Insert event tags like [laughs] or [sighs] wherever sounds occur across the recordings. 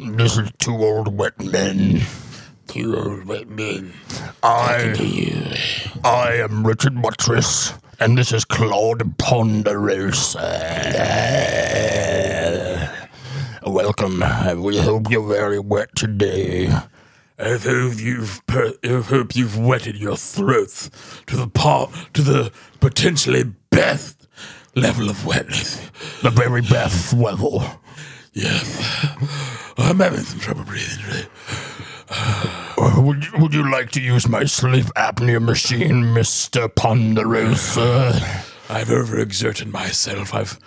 This is two old wet men. Two old wet men. I, You. I am Richard Buttress, and this is Claude Ponderosa. Welcome. We hope you're very wet today. I hope you've per- I hope you've wetted your throats to the par- to the potentially best level of wetness. The very best level. Yes, I'm having some trouble breathing today. Uh, Would you, would you like to use my sleep apnea machine, Mr. Ponderosa? I've overexerted myself. I've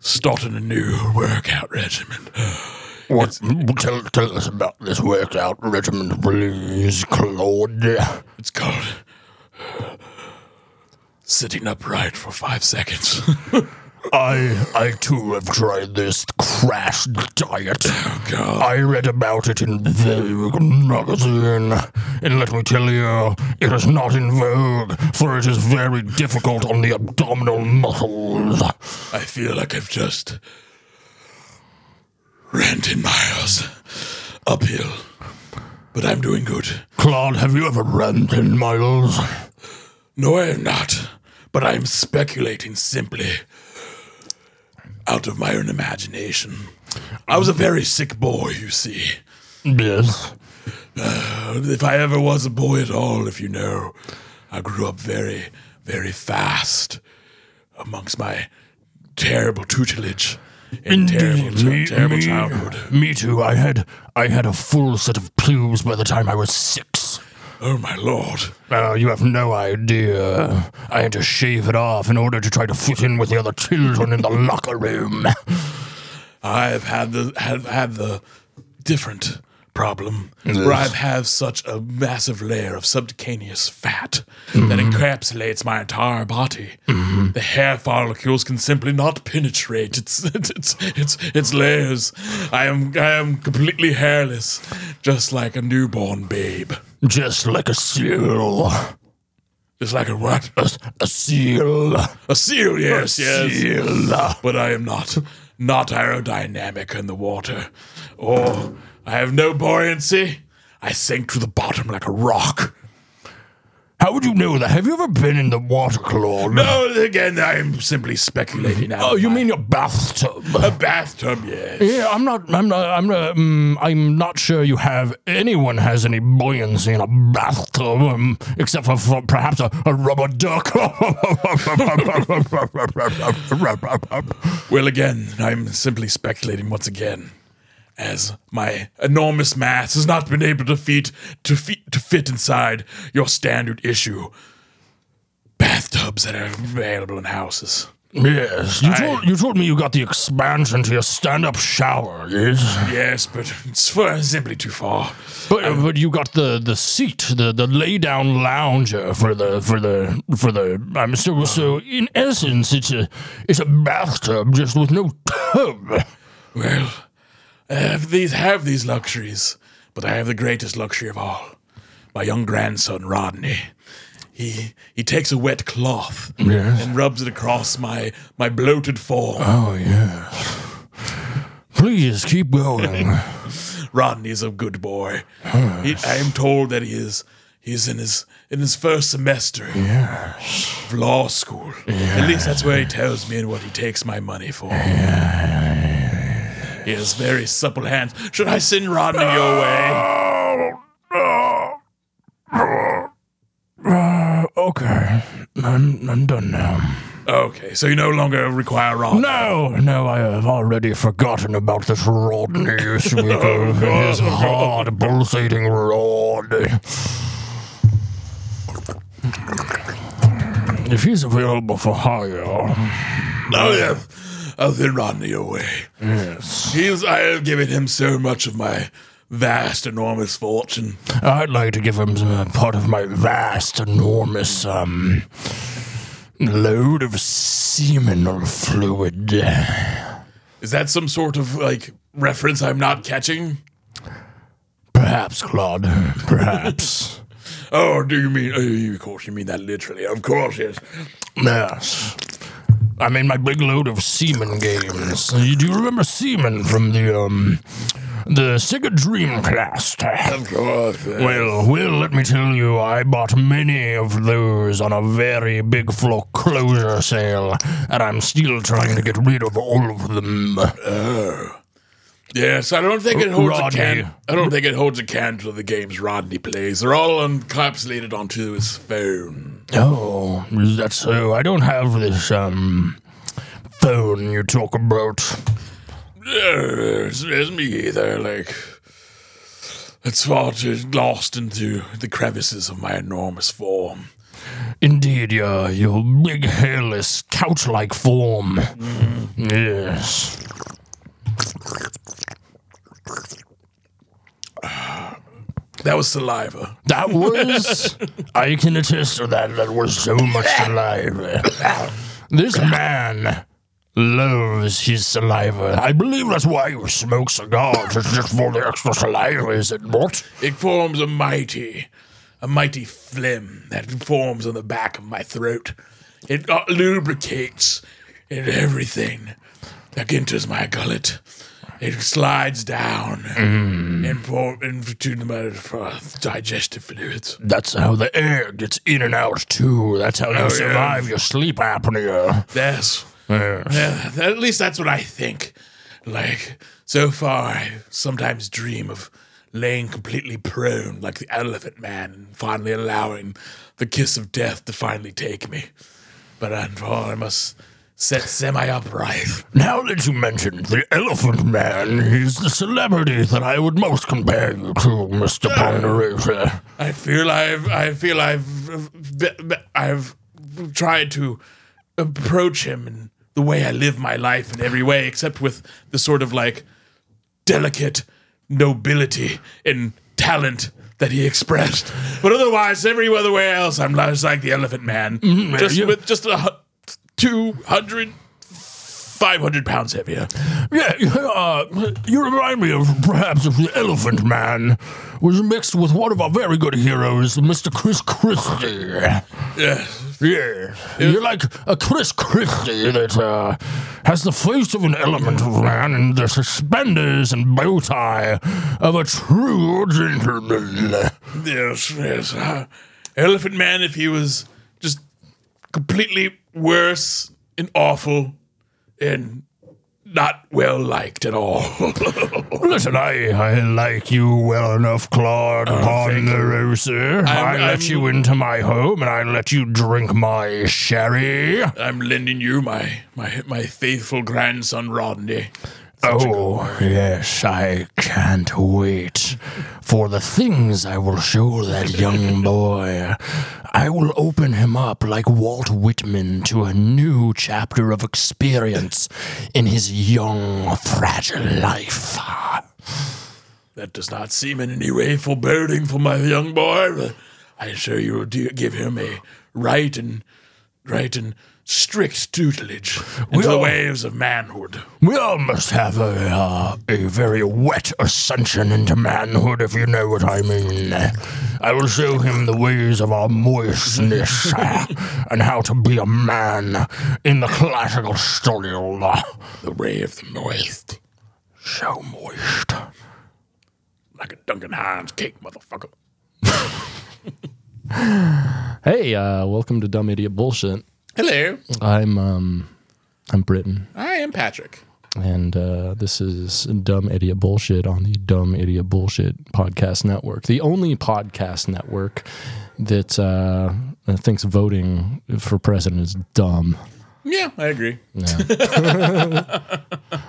started a new workout regimen. What, tell, tell us about this workout regimen, please, Claude. It's called sitting upright for five seconds. I, I too have tried this crash diet. God. I read about it in Vogue magazine, and let me tell you, it is not in vogue, for it is very difficult on the abdominal muscles. I feel like I've just ran 10 miles uphill, but I'm doing good. Claude, have you ever ran 10 miles? No, I am not, but I'm speculating simply out of my own imagination. I was a very sick boy, you see. Yes. If I ever was a boy at all, if you know, I grew up very, very fast amongst my terrible tutelage and terrible, me, terrible me- childhood. Me too. I had I had a full set of pubes by the time I was six. Oh my lord. Uh, you have no idea. I had to shave it off in order to try to fit in with the other children in the locker room. I have had the have had the different problem Yes. where I've have such a massive layer of subcutaneous fat that encapsulates my entire body. The hair follicles can simply not penetrate its [laughs] its, its its its layers. I am I am completely hairless, just like a newborn babe, Just like a seal. just like a what? A, a seal. A seal, yes, yes. Seal. but I am not not aerodynamic in the water, or I have no buoyancy. I sink to the bottom like a [laughs] rock. How would you know that? Have you ever been in the water, Claude? No, again, I am simply speculating. Out Oh, of you my- mean your bathtub? a [laughs] bathtub? Yes. Yeah, I'm not. I'm not. I'm not. Um, I'm not sure you have. Anyone has any buoyancy in a bathtub, um, except for, for perhaps a, a rubber duck. [laughs] Well, again, I'm simply speculating once again, as my enormous mass has not been able to fit to fit to fit inside your standard issue bathtubs that are available in houses. yes, you I- told, you told me you got the expansion to your stand-up shower. Yes, Yes, but it's for, simply too far. but uh, but you got the, the seat, the the lay-down lounger for the for the for the. I'm so so. In essence, it's a it's a bathtub just with no tub. Well, I have these have these luxuries, but I have the greatest luxury of all. My young grandson Rodney. He he takes a wet cloth Yes. and rubs it across my my bloated form. Oh, yes. Please keep going. Rodney is a good boy. He, I am told that he is he is in his in his first semester yes. of law school. At least that's where he tells me and what he takes my money for. He has very supple hands. Should I send Rodney your way? Uh, okay. I'm, I'm done now. Okay, so you no longer require Rodney. No, no, I have already forgotten about this Rodney Sweeper and his hard pulsating rod. If he's available for hire, No, yeah. I'll send Rodney away. yes. He's, I have given him so much of my vast, enormous fortune. I'd like to give him uh, part of my vast, enormous um load of seminal fluid. Is that some sort of, like, reference I'm not catching? Perhaps, Claude. Perhaps. Oh, do you mean, oh, you- of course, you mean that literally. Of course, yes. yes. I mean, my big load of semen games. You- Do you remember semen from the um the Sega Dreamcast. Well, well, let me tell you, I bought many of those on a very big foreclosure sale, and I'm still trying to get rid of all of them. Yes, I don't think it holds Rodney. a can. I don't think it holds a candle to the games Rodney plays. They're all encapsulated onto his phone. Oh, is that so? I don't have this, um, phone you talk about. Yes, it's me either. Like it's far too lost into the crevices of my enormous form. Indeed, your, your big, hairless, couch like form. Yes. That was saliva. That was. I can attest to that. That was so much saliva. This man loves his saliva. I believe that's why you smoke cigars. It's just for the extra saliva, is it not? It forms a mighty, a mighty phlegm that forms on the back of my throat. It uh, lubricates and everything that enters my gullet. It slides down and for, into my uh, digestive fluids. That's how the air gets in and out, too. That's how you yeah. survive your sleep apnea. Yes. Yes. Yeah, at least that's what I think. Like, so far, I sometimes dream of laying completely prone like the elephant man and finally allowing the kiss of death to finally take me. But unfortunately, I must sit semi upright. Now that you mentioned the Elephant Man, he's the celebrity that I would most compare you to, Mr. Ponderosa. I feel I've, I feel I've, I've tried to approach him in the way I live my life in every way, except with the sort of like delicate nobility and talent that he expressed. But otherwise, every other way else, I'm just like the Elephant Mm-hmm, Man, just yeah. with just a hu- 200, 500 pounds heavier. Yeah, uh, you remind me of perhaps if the Elephant Man was mixed with one of our very good heroes, Mr. Chris Christie. Yeah. Yeah, you're like a Chris Christie that uh, has the face of an elephant man and the suspenders and bow tie of a true gentleman. Yes, yes. Uh, Elephant Man, if he was just completely worse and awful and not well liked at all. [laughs] Listen, I, I like you well enough, Claude Ponderosa. I Oh, I'm- let I'm- you into my home and I let you drink my sherry. I'm lending you my, my my faithful grandson Rodney. Oh, yes, I can't wait for the things I will show that young boy. I will open him up like Walt Whitman to a new chapter of experience in his young, fragile life. That does not seem in any way foreboding for my young boy. But I assure you, will do, give him a right and right and strict tutelage into the Well- waves of manhood. We all must have a, uh, a very wet ascension into manhood, if you know what I mean. I will show him the ways of our [laughs] moistness uh, and how to be a man in the classical style. The way of the moist, So moist. like a Duncan Hines cake, motherfucker. Hey, uh, welcome to Dumb Idiot Bullshit. Hello, I'm um, I'm Britton, I am Patrick. and uh, this is Dumb Idiot Bullshit on the Dumb Idiot Bullshit Podcast Network, the only podcast network that uh, thinks voting for president is dumb. Yeah, I agree.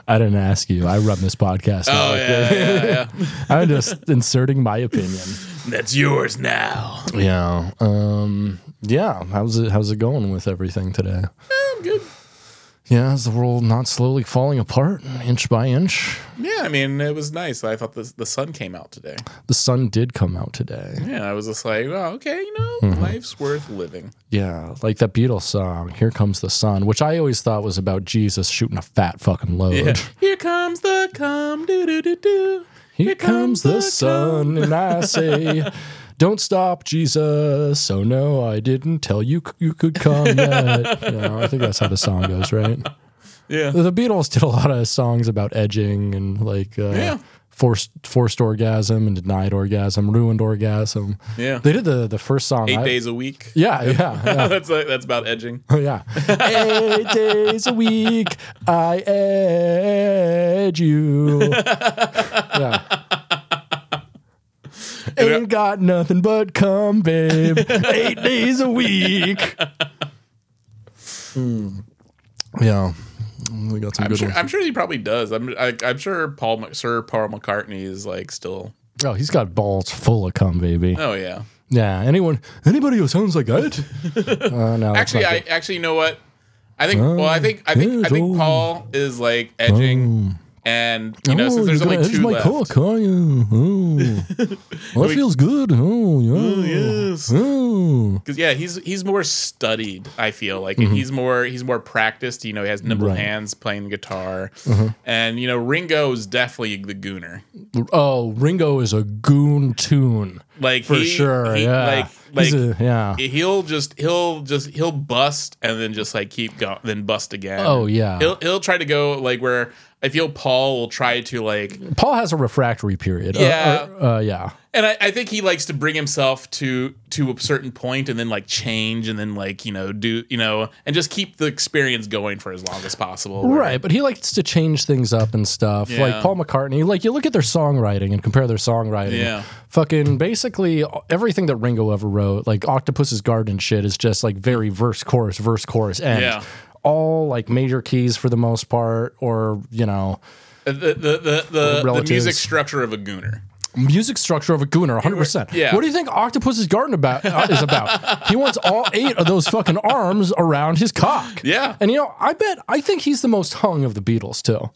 I didn't ask you. I run this podcast. network. Oh, yeah, [laughs] I'm just inserting my opinion. That's yours now. Yeah. Um, yeah. How's it? How's it going with everything today? I'm good. Yeah. Is the world not slowly falling apart, inch by inch? Yeah, I mean, it was nice. I thought the, the sun came out today. The sun did come out today. Yeah, I was just like, well, okay, you know, life's worth living. [laughs] Yeah, like that Beatles song, "Here Comes the Sun," which I always thought was about Jesus shooting a fat fucking load. [laughs] Here comes the come, do do do do. [laughs] Here comes the sun, and I say, "Don't stop, Jesus." Oh no, I didn't tell you c- you could [laughs] come yet. You know, I think that's how the song goes, right? Yeah. The Beatles did a lot of songs about edging and like uh, Yeah. forced forced orgasm and denied orgasm, ruined orgasm. Yeah. They did the the first song. Eight I- days a [laughs] week. Yeah, yeah, yeah. that's like, that's about edging. Oh, yeah. Eight days a week, I edge you. Yeah. Ain't got nothing but come, babe. Eight days a week. Hmm. Yeah. We got some I'm good sure, ones. I'm sure he probably does. I'm I, I'm sure Paul Mc- Sir Paul McCartney is like still. Oh, he's got balls full of cum, baby. Oh yeah. Yeah. Anyone, anybody who sounds like that? Uh, no, that's Actually, not I actually you know what I think. Well, I think I think I think Oh. Paul is like edging, and you know Oh, since there's you're only gonna edge two my left. cock, are you? [laughs] Oh. well, that feels good. Oh, Mm, yeah. Yes. Oh. Because yeah, he's he's more studied. I feel like and he's more he's more practiced. You know, he has nimble Mm-hmm. Right. Uh-huh. hands playing the guitar, and you know Ringo's definitely the gooner. Oh, Ringo is a goon tune Like for sure. yeah, Like He's like. a- yeah. He'll just he'll just he'll bust and then just like keep going then bust again. Oh, yeah. He'll he'll try to go like where I feel Paul will try to like Paul has a refractory period. Uh, Yeah. uh, uh, yeah. and I, I think he likes to bring himself to to a certain point and then like change and then like you know do you know and just keep the experience going for as long as possible Right, but he likes to change things up and stuff. Yeah. Like Paul McCartney, like you look at their songwriting and compare their songwriting. Yeah. Fucking basically everything that Ringo ever wrote, like Octopus's Garden shit is just like very verse chorus, verse chorus end. Yeah. All like major keys for the most part or, you know, the the the, the, the Relatives. music structure of a gooner music structure of a gooner 100%. Yeah. What do you think Octopus's Garden about uh, is about? he wants all eight of those fucking arms around his cock. Yeah. And you know, I bet I think he's the most hung of the Beatles too.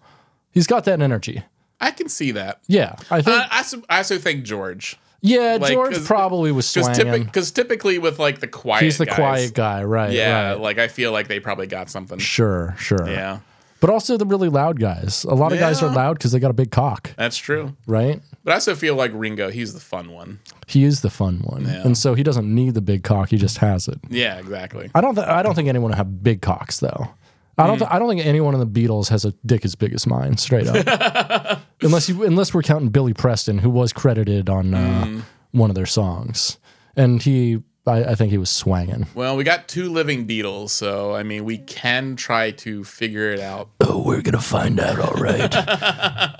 He's got that energy. I can see that Yeah, I think. I, I, also- I also think George yeah, Uh, like, George 'cause- probably was because swanging. typically with like the quiet He's the guys, quiet guy, right? yeah right. like I feel like they probably got something sure, sure. yeah But also the really loud guys. A lot of guys are Yeah. loud because they got a big cock, that's true right? but I also feel like Ringo he's the fun one He is the fun one, and so he doesn't need the big cock. He just has it. yeah exactly I don't. Th- I don't think anyone have big cocks though. I Hmm. don't. Th- I don't think anyone in the Beatles has a dick as big as mine. Straight up, [laughs] unless you, unless we're counting Billy Preston, who was credited on uh, Hmm. one of their songs, and he, I, I think he was swanging. Well, we got two living Beatles, so I mean, we can try to figure it out. Oh, we're gonna find out, all [laughs] right.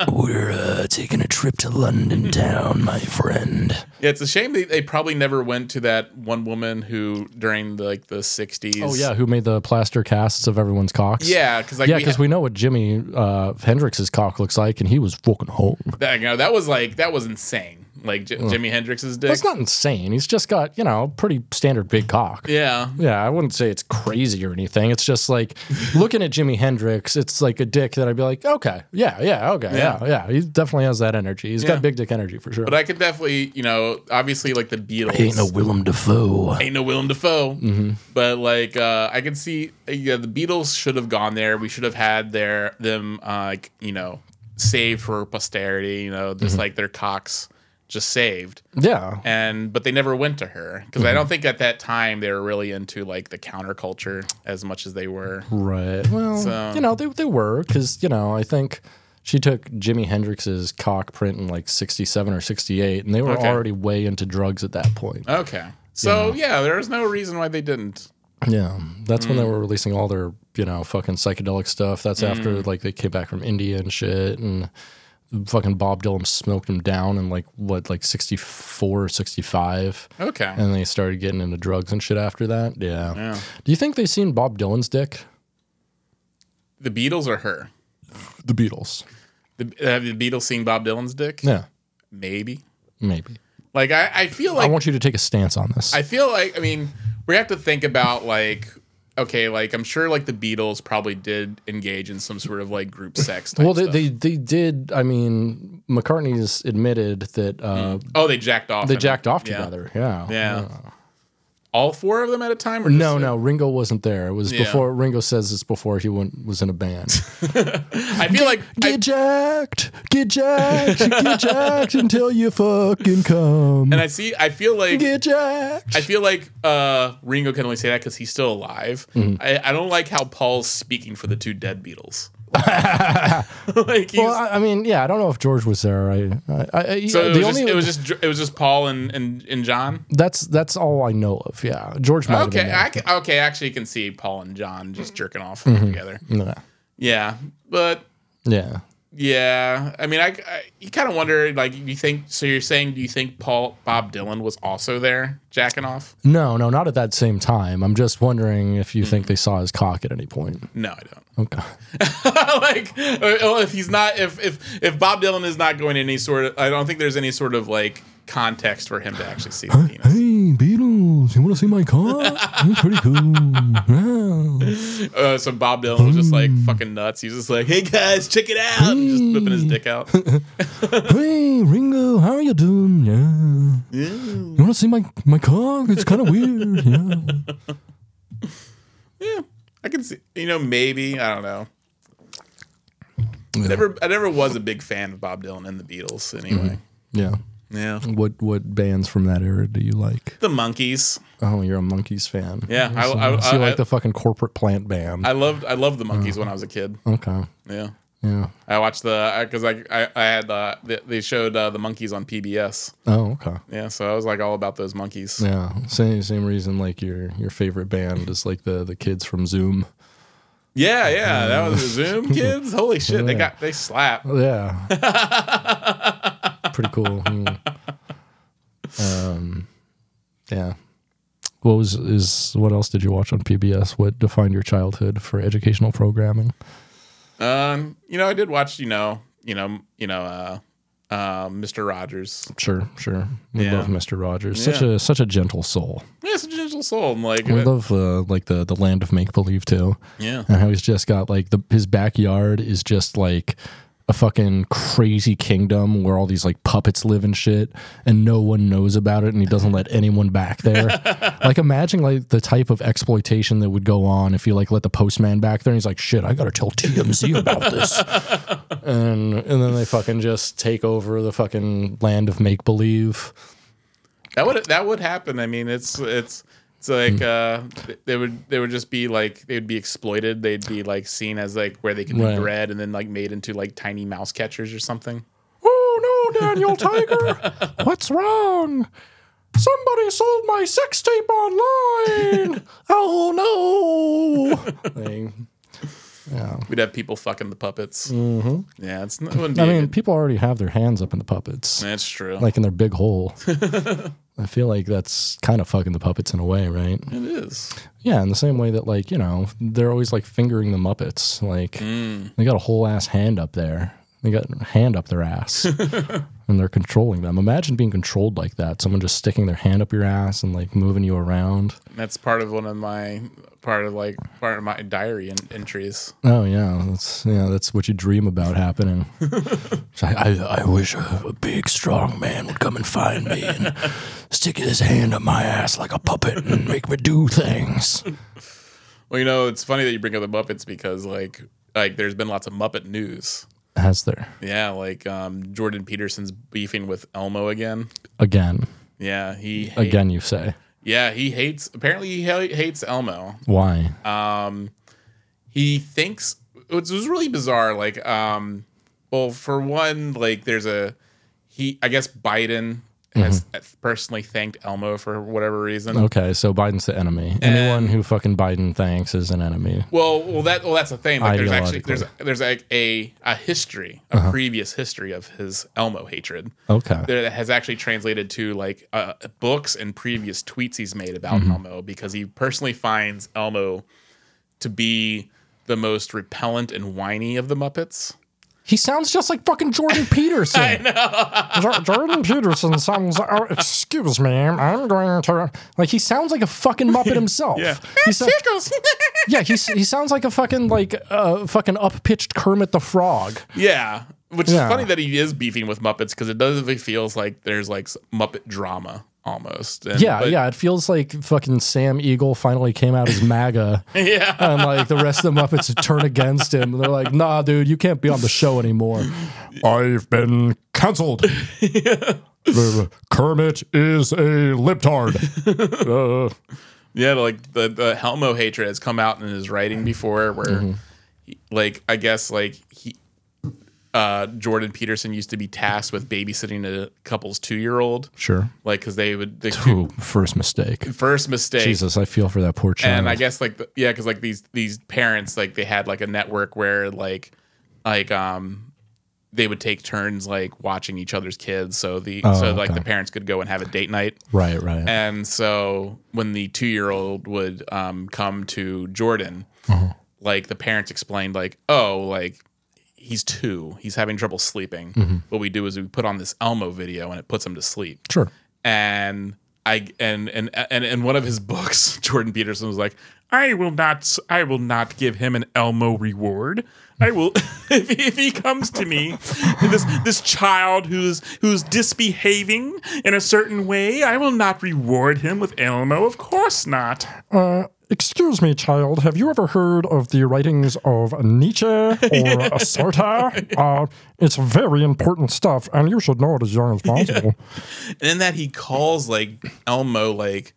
we're uh, taking a trip to London town, my friend. Yeah, it's a shame they, they probably never went to that one woman who during the, like the '60s. Oh yeah, who made the plaster casts of everyone's cocks? yeah, because like yeah, we, because we, know what Jimmy uh, Hendrix's cock looks like, and he was fucking home. that, you know, that was like that was insane. Like J- Jimi Hendrix's dick. That's not insane. He's just got you know pretty standard big cock. yeah, Yeah, I wouldn't say it's crazy or anything. It's just [laughs] like looking at Jimi Hendrix, it's like a dick that I'd be like, okay, yeah, yeah, okay, yeah, yeah. He definitely has that energy. He's Yeah. got big dick energy for sure. but I could definitely, you know, obviously like the Beatles. Ain't no Willem Dafoe. Ain't no Willem Dafoe, Mm-hmm. but like uh, I can see, uh, yeah, the Beatles should have gone there. We should have had their them, uh, like you know, saved for posterity. You know, Mm-hmm. just like their cocks just saved. yeah. and but they never went to her because I don't Mm-hmm. think at that time they were really into like the counterculture as much as they were. Right. Well, So- you know, they, they were because, you know, I think she took Jimi Hendrix's cock print in like 67 or 68, and they were Okay. already way into drugs at that point. Okay, so yeah, there's no reason why they didn't. Yeah, that's when they Mm. were releasing all their you know fucking psychedelic stuff. That's Mm. after like they came back from India and shit, and fucking Bob Dylan smoked them down in like what like sixty four or sixty five, Okay, and they started getting into drugs and shit after that. Yeah. Do you think they seen Bob Dylan's dick? the Beatles or her? The Beatles. The, have the Beatles seen Bob Dylan's dick? Yeah, Maybe. maybe. Like I, I feel I like want you to take a stance on this. I feel like I mean we have to think about like okay like I'm sure like the Beatles probably did engage in some sort of like group [laughs] sex. Type well, they, stuff. they they did. I mean, McCartney's admitted that uh, oh they jacked off. they in- jacked off yeah. together. Yeah. Yeah. All four of them at a time? Or No, just- no, Ringo wasn't there. It was Yeah. before Ringo says it's before he went, was in a band. I feel like [laughs] I- get jacked, get jacked, get jacked until you fucking come. and I see. I feel [laughs] like Get jacked. I feel like uh, Mm-hmm. [laughs] Ringo can only say that because he's still alive. I, I don't like how Paul's speaking for the two dead Beatles. [laughs] like he's, Well, I, I mean, yeah, I don't know if George was there. I, I, I So it the was, only just, it was just Dr- it was just Paul and and, and John. that's that's all I know of. Yeah, George might have been Okay, there. I can, okay, actually, you can see Paul and John just jerking off Mm-hmm. together. No. Yeah, but Yeah. yeah, I mean, I, I you kind of wonder like you think so. You're saying do you think Paul Bob Dylan was also there jacking off? No, no, not at that same time. I'm just wondering if Hmm. you think they saw his cock at any point. No, I don't. Okay. [laughs] like uh, if he's not if if if Bob Dylan is not going to any sort of I don't think there's any sort of like context for him to actually see the penis. Hey, Beatles, you want to see my cock? [laughs] That's pretty cool. Uh, so Bob Dylan was just Hmm. like fucking nuts. He's just like, "Hey guys, check it out!" And just whipping his dick out. Hmm. [laughs] Hey, Ringo, how are you doing? Yeah. You want to see my my cock? It's kind of weird. [laughs] Yeah. I can see, you know, maybe I don't know. Never, I never was a big fan of Bob Dylan and the Beatles. Anyway, Yeah. yeah, What what bands from that era do you like? the Monkeys. Oh, you're a Monkeys fan. Yeah, I, I, so I, you like I- the Oh. fucking corporate plant band. I loved, I loved the Monkeys when I was a kid. okay. Yeah, Yeah. I watched the because I, I, I had uh, they, they showed uh, the Monkeys on PBS. Oh, okay. Yeah, so I was like all about those monkeys. Yeah. Same same reason like your your favorite band is like the the kids from Zoom. Yeah, yeah, that was the [laughs] Zoom kids. Holy shit, they got they slap. Yeah. [laughs] Pretty cool. Mm. Um yeah. What was is what else did you watch on PBS? What defined your childhood for educational programming? Um, you know, I did watch, you know, you know, you know, uh, uh, Mr. Rogers. Sure, sure. We Yeah. love Mr. Rogers. Such Yeah. a such a gentle soul. Yeah, it's a gentle soul. I'm like, We love uh, like the the land of make believe too. yeah, and how he's just got like the his backyard is just like a fucking crazy kingdom where all these like puppets live and shit and no one knows about it and he doesn't let anyone back there. like imagine like the type of exploitation that would go on if you like let the postman back there and he's like shit, I got to tell TMZ about this. and and then they fucking just take over the fucking land of make believe. that would that would happen. I mean, it's it's it's Hmm. like uh, they would they would just be like they would be exploited. They'd be like seen as like where they could be Right. bred and then like made into like tiny mouse catchers or something. Oh no, Daniel Tiger! What's wrong? Somebody sold my sex tape online. oh no! We'd have people fucking the puppets. Mm-hmm. Yeah, it's it wouldn't be. I a mean, good- people already have their hands up in the puppets, that's true. like in their big hole. I feel like that's kind of fucking the puppets in a way, right? it is. Yeah, in the same way that like you know they're always like fingering the Muppets, like they got a whole ass hand up there. They got a hand up their ass, and they're controlling them. Imagine being controlled like that. Someone just sticking their hand up your ass and like moving you around. That's part of one of my part of like part of my diary en- entries. Oh yeah, that's yeah, that's what you dream about happening. I, I wish a, a big, strong man would come and find me and stick his hand up my ass like a puppet and make me do things. Well, you know, it's funny that you bring up the Muppets because like like there's been lots of Muppet news. Has there Yeah, like um, Jordan Peterson's beefing with Elmo again. again? Yeah, he hate- Again, you say Yeah, he hates. Apparently, he ha- hates Elmo. why? he thinks it was really bizarre like um well for one like there's a he i guess biden has personally thanked elmo for whatever reason Mm-hmm. okay, so Biden's the enemy. Anyone who fucking Biden thanks is an enemy. well well that well that's the thing like there's actually Ideologically. Uh-huh. there's there's like a a history a previous history of his elmo hatred Okay, there that has actually translated to like uh, books and previous tweets he's made about Mm-hmm. Elmo because he personally finds Elmo to be the most repellent and whiny of the Muppets. he sounds just like fucking [laughs] Jordan Peterson. I know. Jordan Peterson sounds. Oh, excuse me, I'm going to like. He sounds like a fucking [laughs] Muppet himself. Yeah. He sounds- [laughs] yeah, he he sounds like a fucking like uh, fucking up pitched Kermit the Frog. Yeah, which Yeah. is funny that he is beefing with Muppets because it does. It feels like there's like s- Muppet drama almost. And- Yeah, but- yeah. It feels like fucking Sam Eagle finally came out as MAGA. [laughs] yeah. And like the rest of the Muppets turn against him. They're like, nah, dude, you can't be on the show anymore. I've been [laughs] canceled. Kermit is a libtard. Mm-hmm. yeah. Like the the Helmo hatred has come out in his writing before, where like I guess like he uh Jordan Peterson used to be tasked with babysitting a couple's 2-year-old Sure. like cuz they would the two, Ooh, first mistake. first mistake Jesus, I feel for that poor child. and I guess like the, yeah, because like these these parents like they had like a network where like like um they would take turns like watching each other's kids, so the so like okay. the parents could go and have a date night. right, right. And so when the two year old would um come to Jordan, like the parents explained like oh like he's two, he's having trouble sleeping. What we do is we put on this Elmo video and it puts him to sleep sure. and I and and and in one of his books, [laughs] Jordan Peterson was like, "I will not, I will not give him an Elmo reward. I will, [laughs] if, he, if he comes to me, this this child who's who's disbehaving in a certain way, I will not reward him with Elmo. Of course not. Excuse me, child. Have you ever [laughs] heard of the writings of [laughs] Nietzsche or Sartre? Uh, it's very important Oh, stuff, and you should know it as [laughs] young as possible. And in that he calls like Elmo like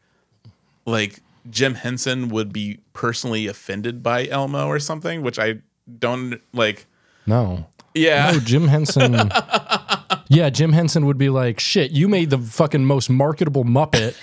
like Jim Henson would be personally offended by Elmo or something, which I don't like. No. Yeah, [laughs] No, Jim Henson. yeah, Jim Henson would be like, shit, you made the fucking most [laughs] marketable Muppet.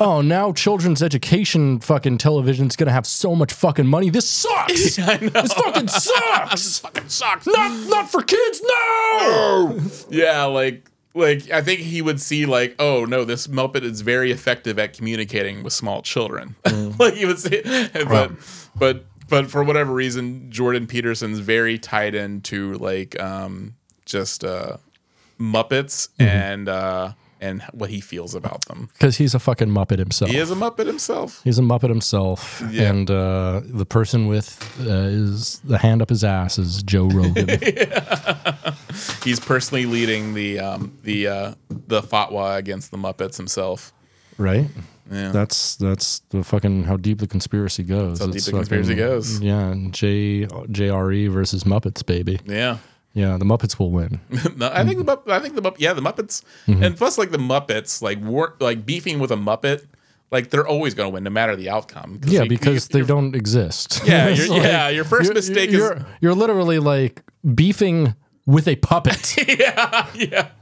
Oh, now children's education fucking television's going to have so much fucking money. [laughs] This sucks. This fucking sucks. fucking sucks. not, not for kids. No. Yeah, like like I think he would see like, oh no, this Muppet is very effective at communicating with small children. [laughs] like he would see, but but but for whatever reason, Jordan Peterson's very tied into like um just uh Muppets and uh and what he feels about them. Because he's a fucking Muppet himself. He is a Muppet himself. He's a Muppet himself, Yeah. and uh, the person with uh, is the hand up his ass is [laughs] Joe Rogan. He's personally leading the um the uh the fatwa against the Muppets himself. right? Yeah. That's that's the fucking how deep the conspiracy goes. how deep It's the conspiracy goes. Yeah, and J JRE versus Muppets, baby. Yeah. Yeah, the Muppets [laughs] will win. No, I Mm-hmm. think the Mupp- I think the Mupp- yeah the Muppets and plus like the Muppets like war like beefing with a Muppet like they're always going to win no matter the outcome Yeah, you- because you- they don't [laughs] exist. [laughs] yeah It's you're, like- yeah your 1st you're- mistake you're, is you're literally like beefing with [laughs] a puppet. [laughs] yeah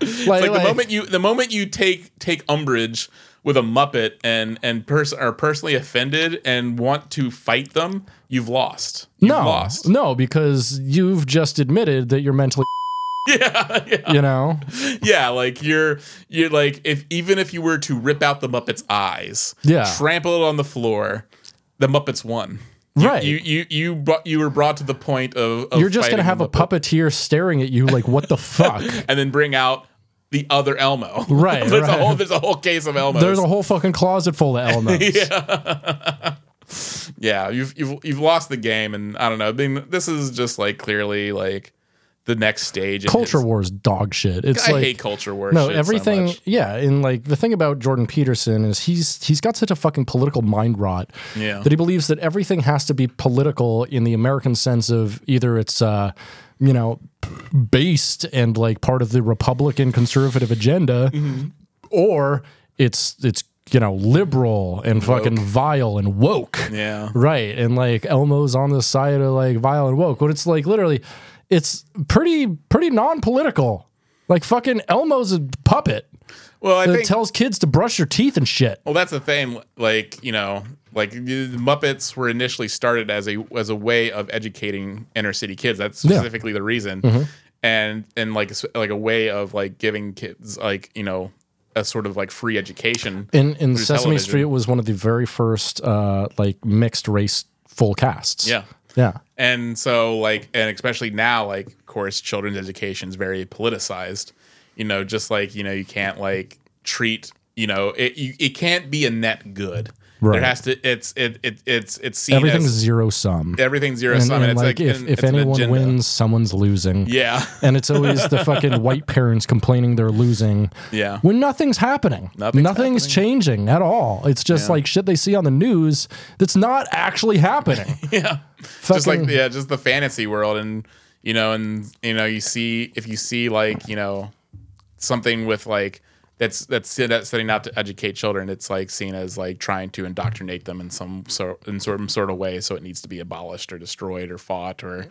it's Like- like, like- the moment you the moment you take take umbrage with a Muppet and and person are personally offended and want to fight them you've lost you've no, lost no, because you've just admitted that [laughs] you're mentally. Yeah, yeah. You know, yeah like you're you're like if even if you were to rip out the Muppet's eyes Yeah. trample it on the floor the Muppets won. right? you you you brought, you were brought to the point of, of You're just gonna fighting have a the Muppet puppeteer staring at you like, what [laughs] the fuck? and then bring out the other Elmo. [laughs] Right, there's right. a whole there's a whole case of Elmos. There's a whole fucking closet full [laughs] of elements. yeah, you've you've you've lost the game, and I don't know. I mean, this is just like clearly like the next stage. in Culture his- war is dog shit. It's I like hate culture war. no shit so everything. much. yeah, and like the thing about Jordan Peterson is he's he's got such a fucking political mind rot Yeah. that he believes that everything has to be political in the American sense of either it's uh you know p- based and like part of the Republican conservative agenda, Mm-hmm. or it's it's you know liberal and fucking vile and woke. Yeah. Right. And like Elmo's on the side of like vile and woke when it's like literally it's pretty pretty non-political. Like fucking Elmo's a puppet Well, I that think tells kids to brush your teeth and shit. well that's the thing. Like you know, like the Muppets were initially started as a as a way of educating inner city kids. That's specifically the reason. Mm-hmm. And and like s- like a way of like giving kids like you know a sort of like free education. In in Sesame television. Street was one of the very first uh like mixed race full casts. yeah. Yeah. And so, like, and especially now, like, of course, children's education is very politicized. You know, just like you know, you can't like treat. You know, it you, it can't be a net good. Right. There has to. It's it, it it's it's seen Everything's as zero sum. everything's zero And, sum. And, and, it's like, like, if, an- if it's an anyone agenda. wins, someone's losing. yeah, [laughs] And it's always the fucking white parents complaining they're losing. Yeah. When nothing's happening. Nothing's changing at all. It's just like shit they see on the news that's not actually [laughs] happening. yeah. just Fucking- like yeah, just the fantasy world, and you know, and you know, you see if you see like you know something with like that's that's set- that's setting out to educate children. It's like seen as like trying to indoctrinate them in some sort in some sort of way, so it needs to be abolished or destroyed or fought or.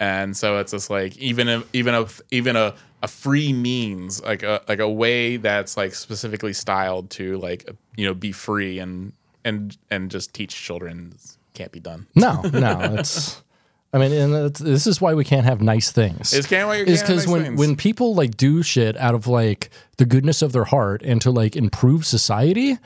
And so it's just like even if, even if even a a free means like a like a way that's like specifically styled to like you know be free and and and just teach children can't be done. No, no, it's. I mean, and that's, this is why we can't have nice things. It's can't- why you can't Is have because nice when things. when people like do shit out of like the goodness of their heart and to like improve society,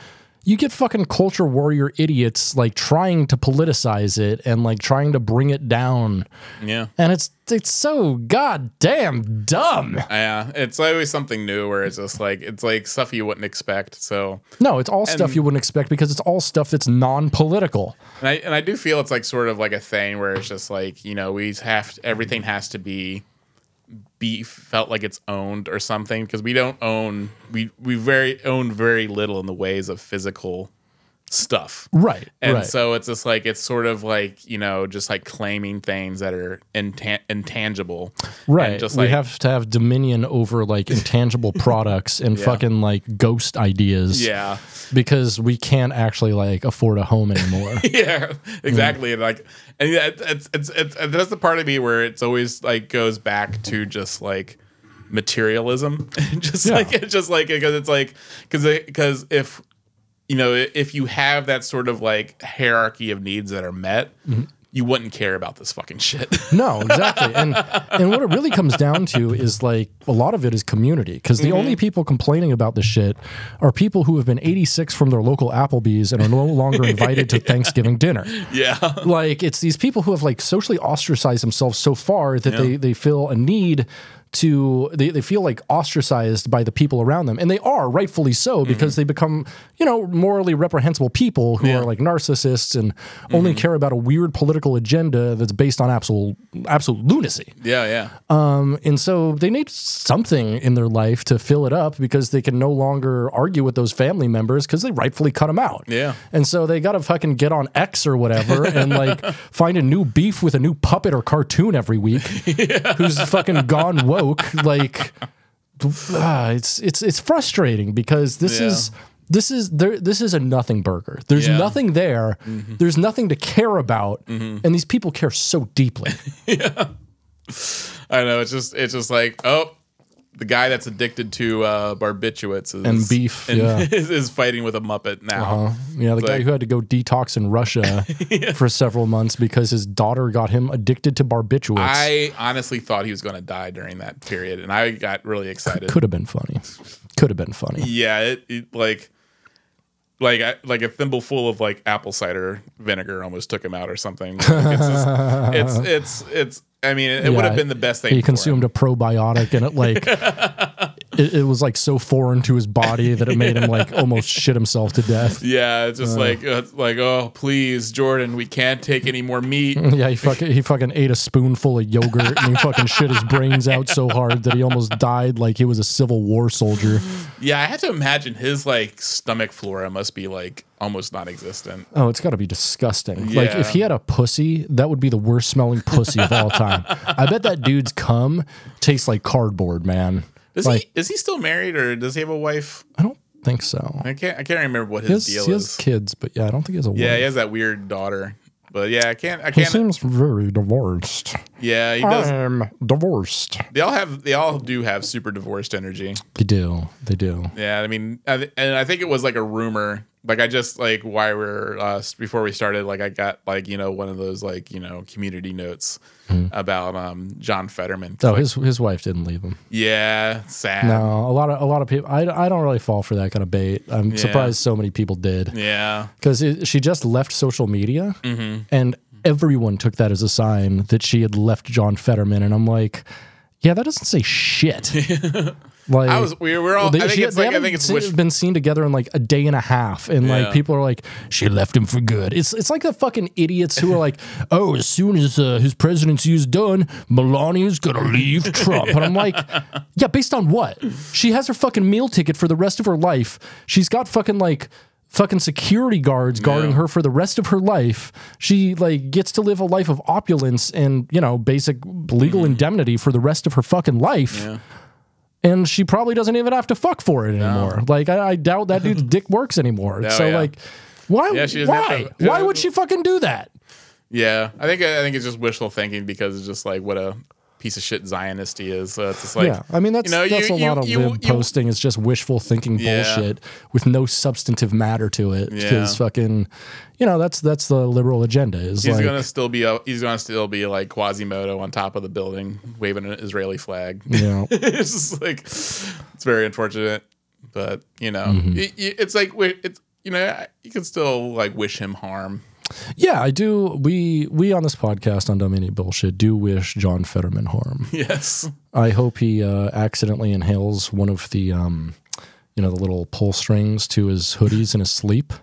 you get fucking culture warrior idiots like trying to politicize it and like trying to bring it down, Yeah. and it's it's so goddamn dumb. Yeah, it's always something new where it's just like it's like stuff you wouldn't expect. So, No, it's all stuff And- you wouldn't expect because it's all stuff that's non-political. and I and I do feel it's like sort of like a thing where it's just like you know we have everything has to be be felt like it's owned or something because we don't own we we very own very little in the ways of physical stuff. Right. And right. so it's just like it's sort of like you know just like claiming things that are intan- intangible, right And just we like have to have dominion over [laughs] like intangible products and fucking like ghost ideas yeah, because we can't actually like afford a home anymore [laughs] yeah, exactly. And like, and yeah, it's, it's, it's, it's, and that's the part of me where it's always like goes back to just like materialism, [laughs] just Yeah. like, it's just like, because it's like, because, because if, you know, if you have that sort of like hierarchy of needs that are met, you wouldn't care about this fucking shit. [laughs] no exactly and and what it really comes down to is like a lot of it is community because the Mm-hmm. only people complaining about this shit are people who have been 86 from their local applebee's and are no longer invited [laughs] to thanksgiving dinner yeah. like it's these people who have like socially ostracized themselves so far that they they feel a need to they, they feel like ostracized by the people around them and they are rightfully so because they become you know morally reprehensible people who are like narcissists and only care about a weird political agenda that's based on absolute absolute lunacy Yeah. Yeah. and so they need something in their life to fill it up because they can no longer argue with those family members because they rightfully cut them out. Yeah. And so they got to fucking get on X or [laughs] whatever and like find a new beef with a new puppet or cartoon [laughs] every week who's fucking gone woke. Like, ah, it's it's it's frustrating because this Yeah. is. This is there. This is a nothing burger. There's Yeah. Mm-hmm. nothing there. There's nothing to care about, and these people care so deeply. I know. It's just, it's just like, oh, the guy that's addicted to uh, barbiturates is, And beef, [laughs] yeah. is, is fighting with a Muppet now. Yeah, the guy like- who had to go detox [laughs] in Russia for several months because his daughter got him addicted to barbiturates. I honestly thought he was going to die during that period, and I got really excited. Could have been funny. Could have been funny. yeah, it, it like like I, like a thimbleful of like apple cider vinegar almost took him out or something. Like, it's, [laughs] just, it's it's it's. I mean, it, would have been the best thing. He for consumed a probiotic and it [laughs] like it, it was like so foreign to his body that it made him like almost shit himself to death. him. Yeah, it's just like it's like oh please, Jordan, we can't take any more [laughs] meat. Yeah, he fucking he fucking ate a spoonful of yogurt and he fucking shit his brains out so hard that he almost died like he was a Civil War soldier. yeah, I had to imagine his like stomach flora must be like almost non-existent. Oh, it's got to be disgusting. Like if Yeah. he had a pussy, that would be the worst smelling pussy of all time. I bet that dude's cum tastes like cardboard, man. Is like he is he still married or does he have a wife? I don't think so. I can't I can't remember what He his has, deal he has is. kids, but yeah, I don't think he has a Yeah, wife. he has that weird daughter. But yeah, I can't. I He can't. seems very divorced. yeah, he does. I'm divorced. They all have. They all do have super divorced energy. They do. They do. Yeah, I mean, I th- and I think it was like a rumor. Like I just like why we're uh, s- before we started. Like I got like you know one of those like you know community notes Hmm. about um John Fetterman. Oh, his his wife didn't leave him. Yeah, sad. No, a lot of a lot of people. I, I don't really fall for that kind of bait. I'm surprised so many people did. Yeah, because she just left social media and everyone took that as a sign that she had left john fetterman and i'm like yeah that doesn't say [laughs] shit like I was. We were all. I think she- it's like I haven't think it's se- wish. been seen together in like a day and a half, and Yeah. like people are like, she left him for good. It's it's like the fucking idiots who [laughs] are like, oh, as soon as uh, his presidency is done, Melania's gonna leave Trump, and [laughs] I'm like, yeah, based on what? She has her fucking meal ticket for the rest of her life. She's got fucking like. Fucking security guards guarding her for the rest of her life. She like gets to live a life of Mm-hmm. opulence and you know basic legal indemnity for the rest of her fucking life. and she probably doesn't even have to fuck for it anymore. Like I, I doubt [laughs] that dude's dick works anymore. so yeah. like, why? she doesn't have why? to- why would she fucking do that? Yeah, I think I think it's just wishful thinking because it's just like what a piece of shit Zionist he is. So it's just like yeah, I mean that's you know, that's you- a you- lot of you- lib you- posting. It's just wishful thinking Yeah. bullshit with no substantive matter to it. Yeah. Because fucking, you know, that's that's the liberal agenda. Is He's like, gonna still be a, he's gonna still be like Quasimodo on top of the building waving an Israeli [laughs] flag. [laughs] [laughs] you know, it's just like it's very unfortunate, but you know Mm-hmm. y- y- it's like wi- it's you know I- you can still like wish him harm. [laughs] yeah, I do. We we on this podcast on Dumb Any Bullshit do wish John Fetterman harm. Yes, I hope he uh, accidentally inhales one of the, um, you know, the little pull strings to his hoodies in his sleep.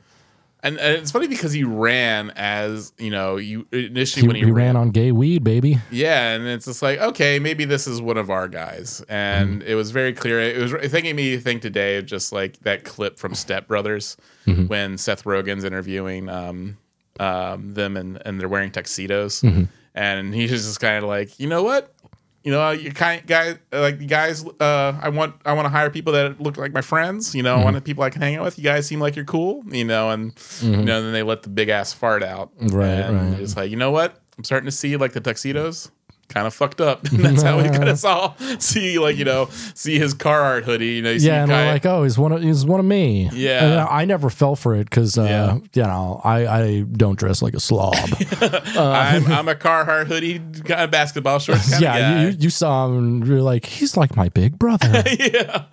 and, and it's funny because he ran as you know you initially [laughs] He, when he, he ran ran on gay weed, baby. Yeah, and it's just like, okay, maybe this is one of our guys. And Mm-hmm. it was very clear. It was it making me think today of just like that clip from Step Brothers Mm-hmm. when Seth Rogen's interviewing um, um, them and, and they're wearing tuxedos. Mm-hmm. And he's just kind of like, you know what? You know, you kind guys like you guys. Uh, I want I want to hire people that look like my friends. You know, Mm-hmm. I want the people I can hang out with. You guys seem like you're cool. You know, and you know, then they let the big ass fart out. Mm-hmm. Right, and right. it's like, you know what? I'm starting to see like the tuxedos kind of fucked [laughs] up. [laughs] And that's how we kind of saw see like, you know, see his car art hoodie, you know, you see Yeah, and guy, we're like, oh, he's one of he's one of me. Yeah. And uh, I I never fell for it because uh, Yeah. you know I I don't dress like [laughs] a slob. I'm, [laughs] I'm a car art hoodie kind of basketball shorts kind uh, yeah, you, of you you saw him and you're like, he's like my big brother. guy. [laughs] yeah.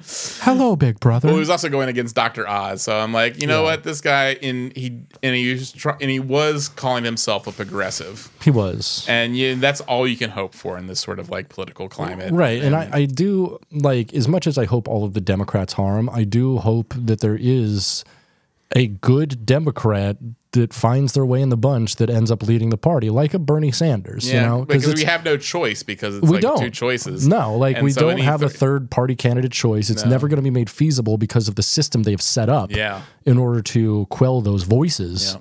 Hello, big brother. Well, he was also going against Dr. Oz. So I'm like, you know what? This guy in he and he was try, and he was calling himself a progressive. he was. And you, that's all you can hope for in this sort of like political climate. Right. And I, I do like as much as I hope all of the Democrats harm, I do hope that there is a good Democrat that finds their way in the bunch that ends up leading the party, like a Bernie Sanders, Yeah, you know? because we it's- have no choice because it's we like don't two choices. No, like And we so don't any have a thir- third party candidate choice. It's never going to be made feasible because of the system they've set up Yeah. in order to quell those voices.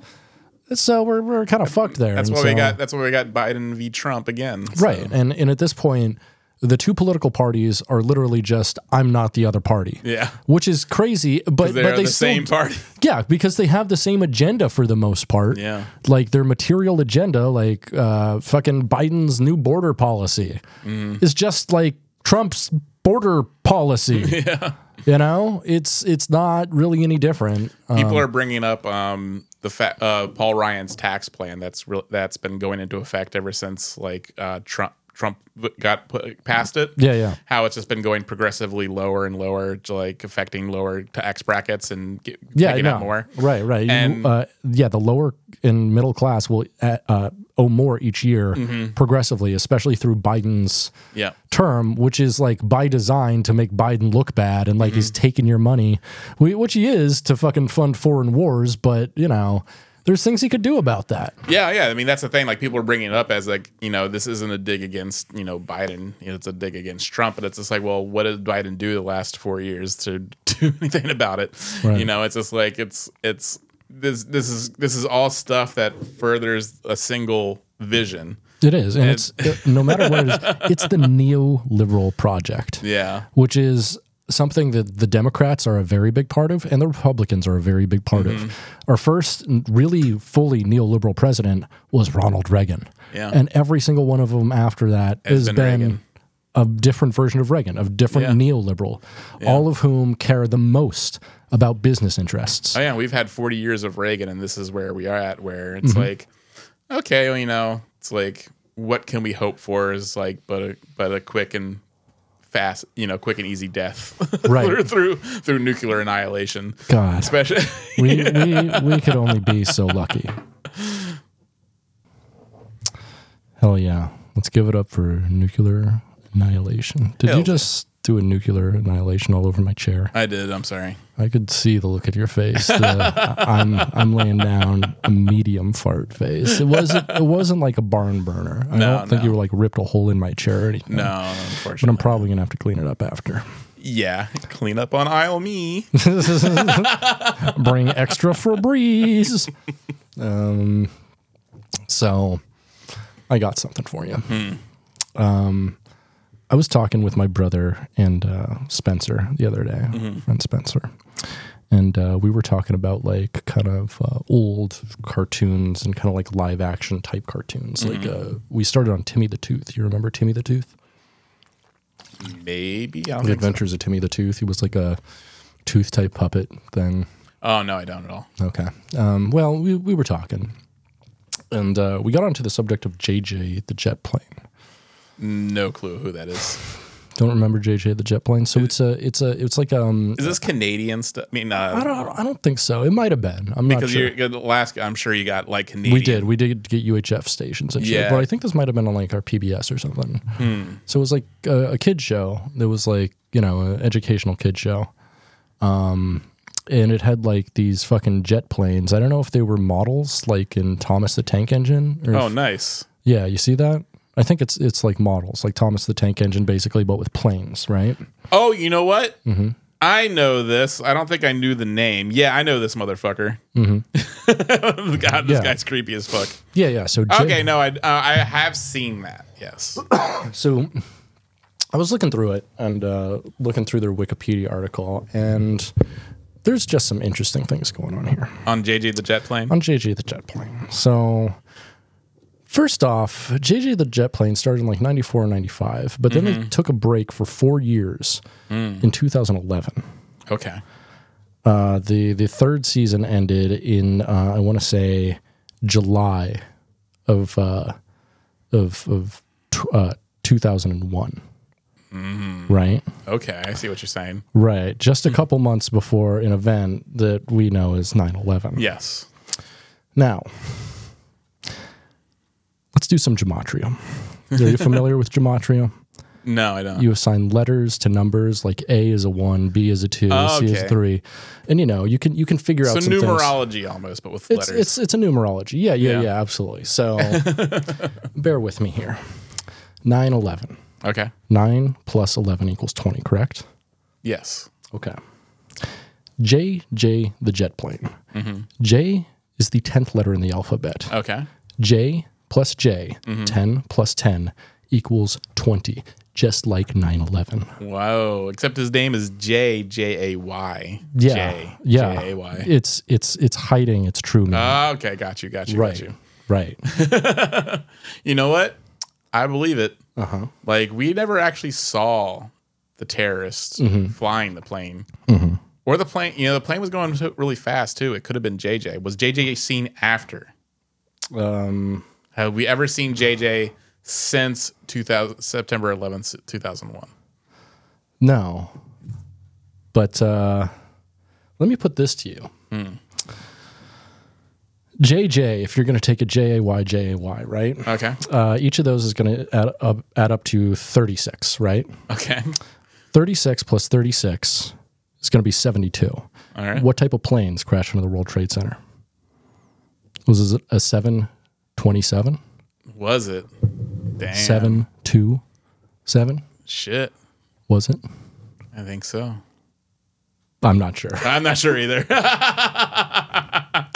So we're, we're kind of fucked there. That's and why we so- got. That's why we got Biden v. Trump again. So- Right. And and at this point, the two political parties are literally just I'm not the other party. Yeah. Which is crazy, but They're but they the still, same party. [laughs] Yeah, because they have the same agenda for the most part. Yeah. Like their material agenda, like uh fucking Biden's new border policy Mm-hmm. is just like Trump's border policy. [laughs] yeah. You know, it's it's not really any different. Uh, People are bringing up um, the fa- uh, Paul Ryan's tax plan. That's real that's been going into effect ever since like uh, Trump Trump v- got put, passed it. Yeah, yeah. How it's just been going progressively lower and lower, to, like affecting lower tax brackets and get, yeah, taking no. out more. Right, right. You, And- uh, yeah, the lower and middle class will uh, uh, owe more each year Mm-hmm. progressively, especially through Biden's Yeah. term, which is like by design to make Biden look bad and like he's taking your money, wh- which he is to fucking fund foreign wars. But you know, there's things he could do about that. Yeah, yeah. I mean, that's the thing. Like, people are bringing it up as like, you know, this isn't a dig against you know Biden. You know, it's a dig against Trump. But it's just like, well, what did Biden do the last four years to [laughs] do anything about it? You know, it's just like it's it's this this is this is all stuff that furthers a single vision. It is, and it's no matter what it is, it's the neoliberal project. Yeah, which is something that the Democrats are a very big part of and the Republicans are a very big part of. Mm-hmm. Our first n- really fully neoliberal president was Ronald Reagan. Yeah. And every single one of them after that has been been, Reagan. a different version of Reagan, of different neoliberal, all of whom care the most about business interests. oh yeah. We've had forty years of Reagan, and this is where we are at. Where Mm-hmm. it's like, okay, well, you know, it's like, what can we hope for? Is like, but a but a quick and fast, you know, quick and easy death. [laughs] Right. through, through through nuclear annihilation. God, Especially, [laughs] we, we, we could only be so lucky. Hell yeah. Let's give it up for nuclear annihilation. Did Hell you just do a nuclear annihilation all over my chair? I did. I'm sorry. I could see the look at your [laughs] face. The, I'm I'm laying down a medium fart face. It wasn't it wasn't like a barn burner. I don't think you were like ripped a hole in my chair or anything. No, But I'm unfortunately. probably gonna have to clean it up after. Yeah, clean up on aisle me. Bring extra Febreze. Um, Hmm. so I got something for you. Um, I was talking with my brother and uh, Spencer the other day, Hmm. friend Spencer, and uh, we were talking about like kind of uh, old cartoons and kind of like live action type cartoons. Hmm. Like uh, we started on Timmy the Tooth. You remember Timmy the Tooth? Maybe. I don't The think so. Adventures of Timmy the Tooth. He was like a tooth type puppet thing. Oh no, I don't at all. Okay. Um, well, we, we were talking, and uh, we got onto the subject of JJ the jet plane. No clue who that is. Don't remember JJ the jet plane. So it's a it's a it's like um. Is this Canadian stuff? I mean, I uh, don't, I don't think so. It might have been. I'm not because sure. you're Alaska. I'm sure you got like Canadian. We did. We did get UHF stations and shit. Yeah. Hmm. But I think this might have been on like our PBS or something. So it was like a, a kid show that was like, you know, an educational kid show. Um, and it had like these fucking jet planes. I don't know if they were models like in Thomas the Tank Engine. Or Oh, if- nice. yeah. You see that? I think it's it's like models, like Thomas the Tank Engine, basically, but with planes, right? Oh, you know what? Mm-hmm. I know this. I don't think I knew the name. Yeah, I know this motherfucker. [laughs] God, this Mm-hmm. Yeah. guy's creepy as fuck. Yeah, yeah. So jet- Okay, no, I uh, I have seen that. [coughs] Yes. So I was looking through it and uh, looking through their Wikipedia article, and there's just some interesting things going on here On JJ the jet plane. on JJ the Jet Plane. So, first off, JJ the Jet Plane started in like 94 and 95, but then they took a break for four years in 2011. Okay. Uh, the, the third season ended in, uh, I want to say, July of, uh, of, of tw- uh, 2001. Right? Okay, I see what you're saying. Right. Mm. Just a couple months before an event that we know is 9 11. Yes. Now, let's do some [laughs] gematria. Are you familiar with gematria? No, I don't. You assign letters to numbers like A is a 1, B is a 2, Oh, C is okay. 3. And you know, you can you can figure so out some things. numerology almost, but with It's, letters. it's it's a numerology. Yeah, yeah, Yeah. yeah, absolutely. [laughs] So bear with me here. 9 11. okay. 9 plus 11 equals 20, correct? Yes. Okay. J, J, the jet plane. Mm-hmm. J is the 10th letter in the alphabet. Okay. J plus J, Mm-hmm. 10 plus 10 equals 20, just like 9 11. Whoa. Except his name is J J A Y. Yeah. J, yeah. J A Y. It's, it's, it's hiding its true name. Okay, got you, got you, got right. you. Right. You know what? I believe it. Uh-huh. Like we never actually saw the terrorists Mm-hmm. flying the plane. Or the plane, you know, the plane was going so- really fast too. It could have been JJ. Was JJ seen after? Um, Have we ever seen JJ since 2000, September 11th, 2001? no. But uh, let me put this to you. JJ, if you're going to take a J A Y J A Y, right? Okay. uh, each of those is going to add up, add up to 36, right? Okay. 36 plus 36 is going to be 72. All right. What type of planes crashed into the World Trade Center? Was it a 727? Was it? Damn. 727? Shit. Was it? I think so. I'm not sure. I'm not sure either. [laughs]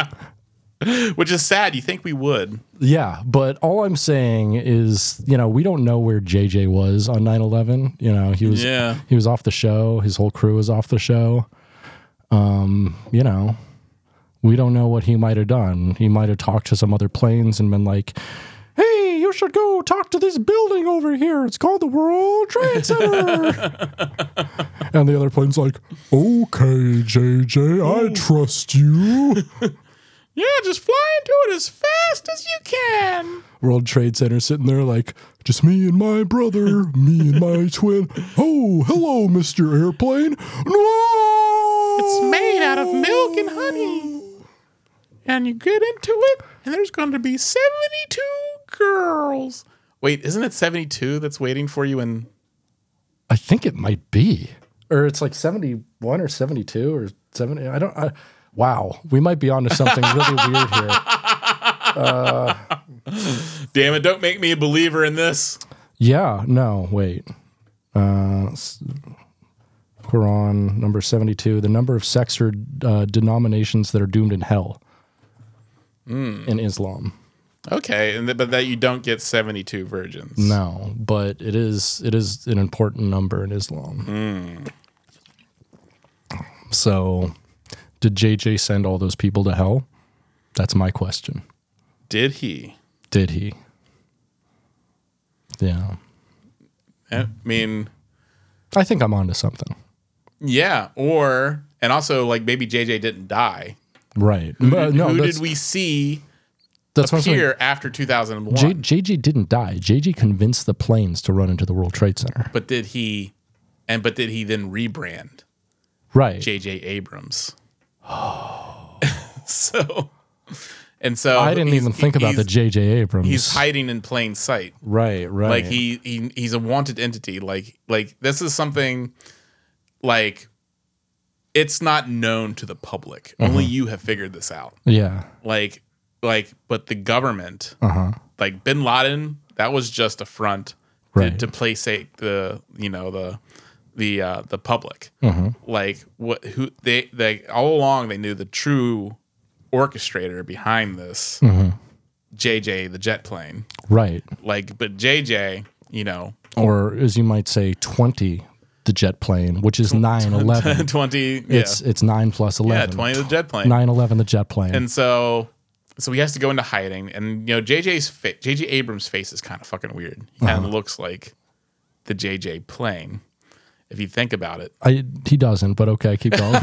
Which is sad. You think we would? Yeah, but all I'm saying is, you know, we don't know where JJ was on 9/11. You know, he was Yeah. he was off the show. His whole crew was off the show. Um, you know, we don't know what he might have done. He might have talked to some other planes and been like, "Hey, you should go talk to this building over here. It's called the World Trade Center." and the other plane's like, "Okay, JJ, I trust you." Yeah, just fly into it as fast as you can. World Trade Center sitting there like, just me and my brother, me and my [laughs] twin. Oh, hello, Mr. Airplane. No! It's made out of milk and honey. And you get into it, and there's going to be 72 girls. Wait, isn't it 72 that's waiting for you in. I think it might be. Or it's like 71 or 72 or 70. I don't. I, wow. We might be onto something [laughs] really weird here. Damn it, don't make me a believer in this. Yeah. No, wait. Uh, s- Quran number 72, the number of sects or uh, denominations that are doomed in hell in Islam. Okay, and th- but that you don't get seventy-two virgins. No, but it is it is an important number in Islam. Hmm. So, did JJ send all those people to hell? That's my question. Did he? Did he? Yeah, I mean, I think I'm onto something. yeah. Or and also like maybe JJ didn't die. Right? But no, Who that's, did we see that's what I'm saying. here after two thousand and one? J- JJ didn't die. JJ convinced the planes to run into the World Trade Center. but did he? And but did he then rebrand Right. J.J. Abrams? [laughs] so and so I didn't he's- even think about he's- the JJ Abrams. He's hiding in plain sight. right, right. Like he, he he's a wanted entity. Like like this is something like it's not known to the public. Only you have figured this out. yeah. Like like but the government Uh-huh. like bin Laden, that was just a front Right. to, to placate the you know the the uh the public. Mm-hmm. Like what who they they all along they knew the true orchestrator behind this Mm-hmm. JJ the jet plane Right. like but JJ, you know, [laughs] Or as you might say, 20 the jet plane, which is [laughs] 9 11. 20 yeah. It's it's 9 plus yeah, 11. 20 the jet plane. 9 11 the jet plane. And so so he has to go into hiding and you know JJ's fa- JJ Abrams face is kind of fucking weird. He Uh-huh. kind of looks like the JJ plane if you think about it. I, he doesn't, but okay, keep [laughs] going.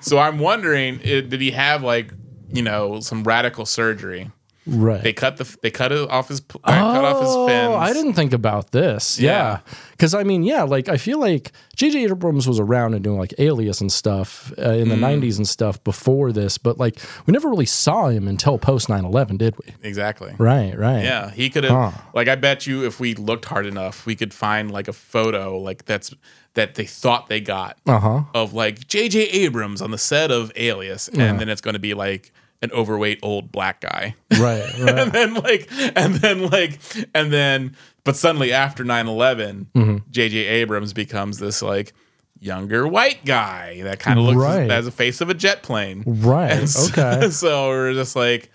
So I'm wondering i- did he have like, you know, some radical surgery? right. They cut the they cut it off his pl- uh, cut off his fins. Oh, I didn't think about this. Yeah. Because, I mean, yeah, like I feel like J.J. Abrams was around and doing like Alias and stuff uh, in the 90s and stuff before this, but like we never really saw him until post 9 11, did we? Exactly. Right, right. Yeah, he could have. Like, I bet you, if we looked hard enough, we could find like a photo like that's that they thought they got Uh-huh. of like J.J. Abrams on the set of Alias, and then it's going to be like an overweight old black guy, Right, [laughs] right. and then like, and then like, and then, but suddenly after Mm-hmm. 9-11, J.J. Abrams becomes this like younger white guy that kind of looks Right. as the face of a jet plane, right. so- [laughs] Okay. so we're just like,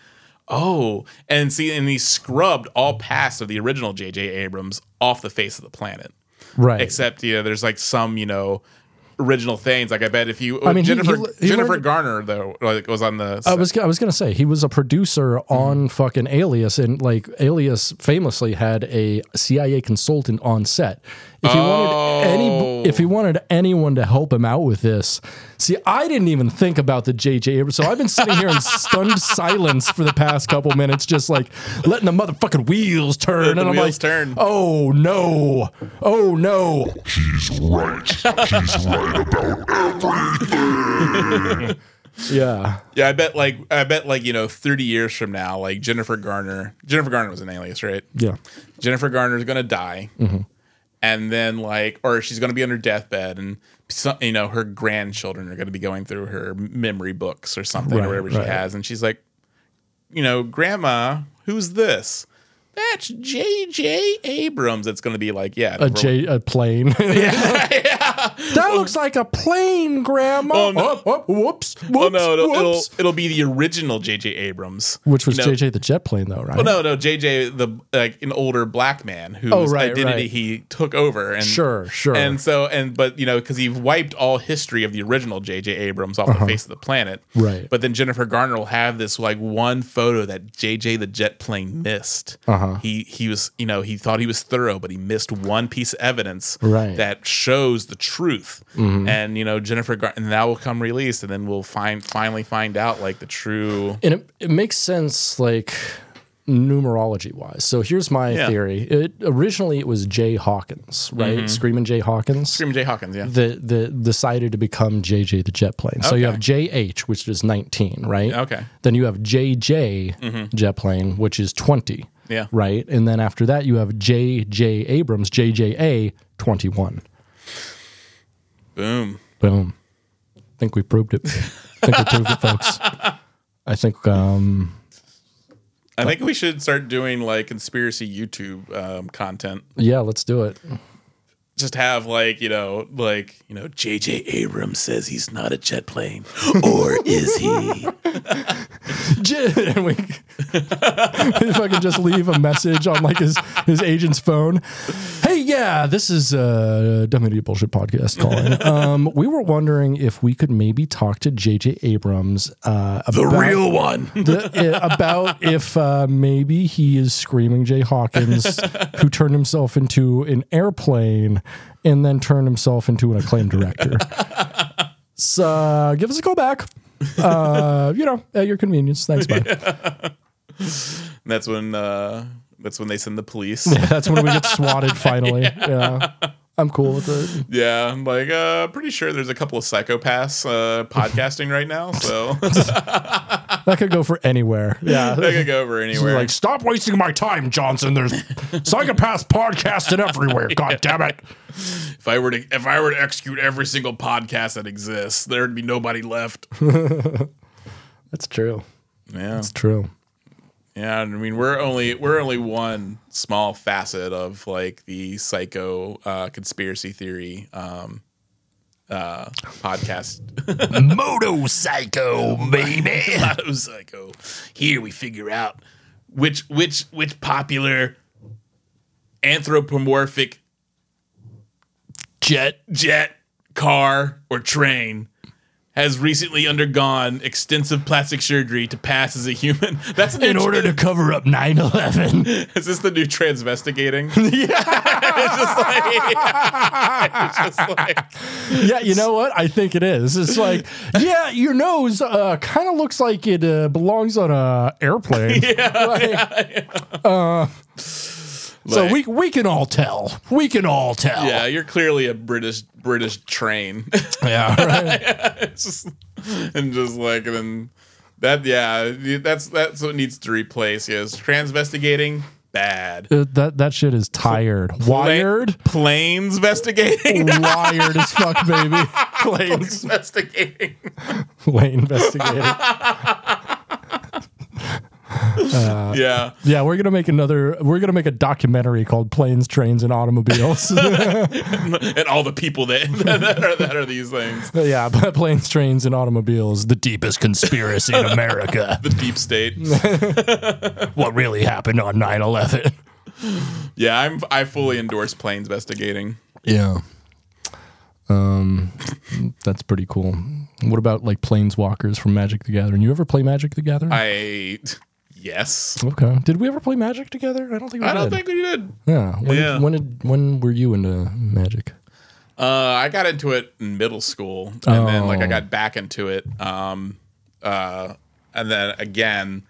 oh, and see, and he scrubbed all past of the original J.J. Abrams off the face of the planet, Right. except you know, there's like some you know original things. Like I bet if you, mean, he- Jennifer he- he Jennifer learned- Uh, Garner though like, was on the. I set. was I was gonna say he was a producer Mm-hmm. on fucking Alias and like Alias famously had a CIA consultant on set. If he wanted Oh. any if he wanted anyone to help him out with this, see I didn't even think about the JJ Abrams. So I've been sitting [laughs] here in stunned silence for the past couple minutes, just like letting the motherfucking wheels turn. The and I'm wheels like, turn. oh no, oh no. He's right. He's right about [laughs] Yeah, yeah, I bet like I bet like you know 30 years from now, like Jennifer Garner, Jennifer Garner was an alias, right? yeah, Jennifer Garner's gonna die, Mm-hmm. and then like, or she's gonna be on her deathbed, and some, you know her grandchildren are gonna be going through her memory books or something Right, or whatever she right. has, and she's like, you know, Grandma, who's this? That's J.J. Abrams. That's gonna be like, yeah, a J a plane. [laughs] That looks like a plane, Grandma. Oh, no. Whoop, whoop, whoops, whoops, well, no, it'll, it'll whoops. it'll be the original J.J. Abrams, Which was you know? JJ the jet plane, though, right? Well, Oh, no, no, JJ, the like an older black man whose Oh, right, identity right. he took over, and Sure, sure. and so and but you know because he wiped all history of the original JJ Abrams off the face of the planet, Uh-huh. Right. But then Jennifer Garner will have this like one photo that JJ the jet plane missed. Uh-huh. He he was you know he thought he was thorough, but he missed one piece of evidence Right. Mm-hmm. that shows the truth, and you know Jennifer Garner, and that will come released, and then we'll find finally find out like the true. and it, it makes sense, like numerology wise. So here's my Yeah. Mm-hmm. theory. It originally it was Jay Hawkins, right? Screaming Jay Hawkins. Screaming Jay Hawkins, yeah. that that decided to become JJ the jet plane. So you Okay. have JH, which is 19, right? Okay. Mm-hmm. Then you have JJ jet plane, which is 20. Yeah. Right. And then after that, you have JJ Abrams, JJA 21. Boom. Boom. I think we proved it. I think we proved it, folks. I think, um, I think we should start doing like conspiracy YouTube um, content. yeah, let's do it. Just have like you know, like you know, JJ Abrams says he's not a jet plane, or is he? J- [laughs] and we, if I could just leave a message on like his his agent's phone. Hey, yeah, this is uh, Dumb Idiot Bullshit podcast calling. Um, we were wondering if we could maybe talk to J.J. Abrams uh, about The real one. the, uh, about if uh, maybe he is screaming Jay Hawkins, who turned himself into an airplane and then turned himself into an acclaimed director. So give us a call back. Uh, you know, at your convenience. Thanks, bye. And that's when uh, that's when they send the police. That's when we get swatted finally. Yeah. I'm cool with it. yeah, I'm like uh, pretty sure there's a couple of psychopaths uh, podcasting right now, so they That could go for anywhere. [laughs] Yeah. could go over anywhere. Like, stop wasting my time, Johnson. There's psychopaths podcasting everywhere. God damn it. if I were to if I were to execute every single podcast that exists, there'd be nobody left. That's true. Yeah, It's true. yeah. I mean, we're only we're only one small facet of like the psycho uh, conspiracy theory um, uh, podcast. [laughs] Moto Psycho, baby. I was like, oh, here we figure out which which which popular anthropomorphic Jet. jet, car, or train has recently undergone extensive plastic surgery to pass as a human. [laughs] That's an In order to cover up 9 11. [laughs] Is this the new transvestigating? [laughs] yeah. it's just like, [laughs] it's just like Yeah, you know what? I think it is. It's like, yeah, your nose uh, kind of looks like it uh, belongs on a airplane. Like, So Like- we, we can all tell. We can all tell. yeah, you're clearly a British British train. [laughs] Yeah, right. it's just and just like and then that yeah, that's that's what needs to replace. Yes, transvestigating bad. Uh, that that shit is tired, [laughs] wired, Pla- planes [laughs] investigating. wired as fuck, baby. Oh planes investigating. [laughs] Lay investigated. yeah. [laughs] Yeah, we're gonna make another. We're gonna make a documentary called "Planes, Trains, and Automobiles." [laughs] and all the people that [laughs] that are, that are these things. yeah, but planes, trains, and automobiles. The Deepest conspiracy in America. The deep state. What really happened on 9 11. Yeah, I'm I fully endorse plane investigating. Yeah. Um, that's pretty cool. What about like planeswalkers from Magic the Gathering? You ever play Magic the Gathering? I [laughs] yes. okay. Did we ever play Magic together? I don't think we I don't did. think we did. yeah. When, Yeah. When did when were you into Magic? Uh, I got into it in middle school, and then like I got back into it. Um, uh, and then again,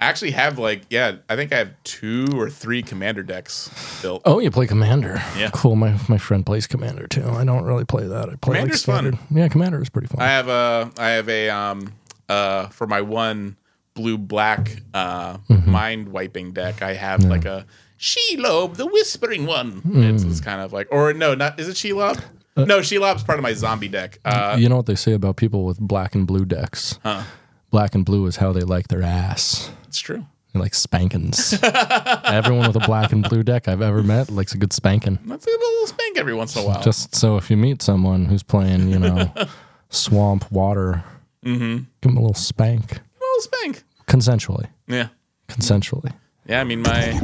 I actually have like yeah, I think I have two or three commander decks built. Oh, you play Commander. Yeah. Cool. My my friend plays Commander too. I don't really play that. I play like, Commander's fun. standard. Yeah, Commander is pretty fun. I have a I have a um uh for my one blue black uh mind wiping deck. I have like a Shelob, the Whispering One. It's, it's kind of like or no, not is it Shelob? no, Shelob's part of my zombie deck. Uh, you know what they say about people with black and blue decks? Huh. Black and blue is how they like their ass. it's true. They [laughs] like spankings. Everyone with a black and blue deck I've ever met likes a good spanking. Let's give it a little spank every once in a while. Just so if you meet someone who's playing, [laughs] you know, swamp water, Mm-hmm. give them a little spank a little spank. consensually. Yeah, Consensually. yeah. I mean my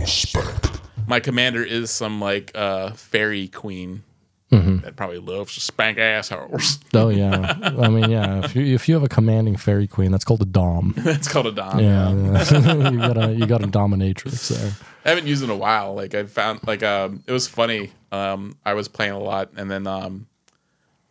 my commander is some like uh fairy queen that probably loves to spank assholes. [laughs] Oh yeah. I mean yeah. If you if you have a commanding fairy queen, that's called [laughs] a dom. That's called a dom. Yeah, yeah. [laughs] you got a you got a dominatrix there. I haven't used it in a while. Like I found like um it was funny. Um I was playing a lot and then um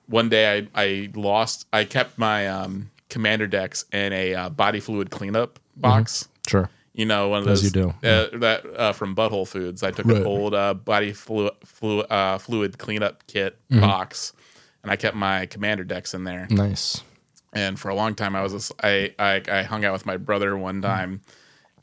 one day I I lost I kept my um commander decks in a uh, body fluid cleanup box. Mm-hmm. Sure. You know, one of As those you do, Uh, that uh, from Butthole Foods. I took Right. an old uh, body flu- flu- uh, fluid cleanup kit Mm-hmm. box, and I kept my commander decks in there Nice. and for a long time I was just, I, I I hung out with my brother one time,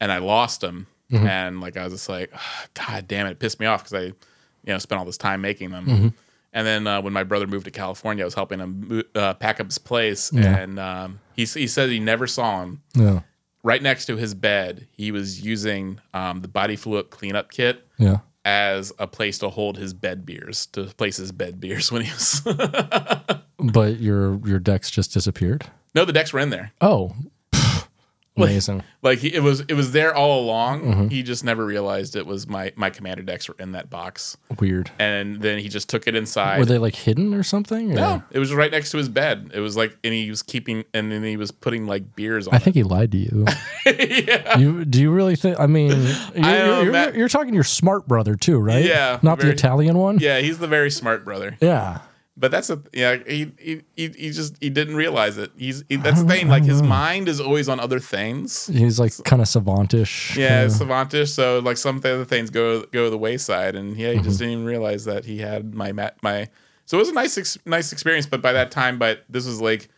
and I lost him, and like I was just like, "Ah, God damn it, it pissed me off because I, you know, spent all this time making them, and then uh, when my brother moved to California, I was helping him mo- uh, pack up his place, and um, he s- he said he never saw him Yeah. right next to his bed. He was using um, the body fluid cleanup kit. Yeah. As a place to hold his bed beers, to place his bed beers [laughs] when he was. But your your decks just disappeared. no, the decks were in there. Oh. [sighs] Amazing. Like he, it was it was there all along. Mm-hmm. He just never realized it was my my commander decks were in that box. Weird. And then he just took it inside. Were they like hidden or something? or- no, it was right next to his bed. It was like, and he was keeping, and then he was putting like beers on. I think he lied to [laughs] you. You do you really think? I mean, you're, know, you're, you're, Matt- you're talking your smart brother too, right? Yeah, Not the very- Italian one. it. Yeah, he's the very smart brother. Yeah. But that's a yeah. He he, he, he just he didn't realize it. He's he, that's the thing. Like his mind is always on other things. He's like kind of savantish. Yeah, kinda. savantish. So like some of the other things go go the wayside, and yeah, he Mm-hmm. just didn't even realize that he had my ma- my. So it was a nice ex- nice experience, but by that time, but this was like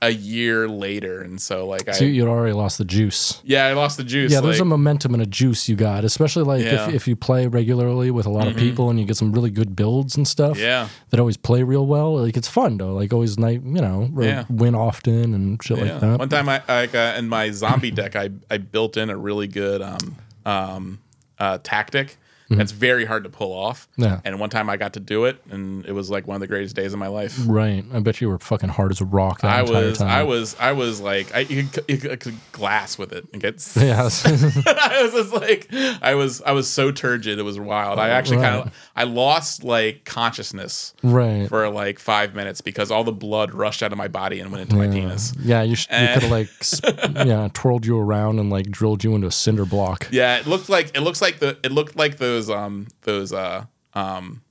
a year later, and so like I So you'd already lost the juice. yeah I lost the juice. Yeah, there's a like- momentum and a juice you got, especially like Yeah. Mm-hmm. if, if you play regularly with a lot of people and you get some really good builds and stuff. Yeah. that always play real well. Like it's fun though. Like always, night you know, or Yeah. win often and shit like Yeah. that. One time, I like uh, in my zombie deck, I I built in a really good um um uh, tactic that's very hard to pull off. Mm-hmm. Yeah. And one time, I got to do it, and it was like one of the greatest days of my life. Right. I bet you were fucking hard as a rock that I entire was time. I was I was like I you could, you could, I could glass with it and get. [laughs] [laughs] Yeah. I was just like I was I was so turgid it was wild. I actually kind Right. of I lost like consciousness right. for like five minutes because all the blood rushed out of my body and went into my penis. Yeah, you, sh- you Eh. could have like, [laughs] sp- yeah, twirled you around and like drilled you into a cinder block. Yeah, it looked like it looks like the it looked like those um those uh um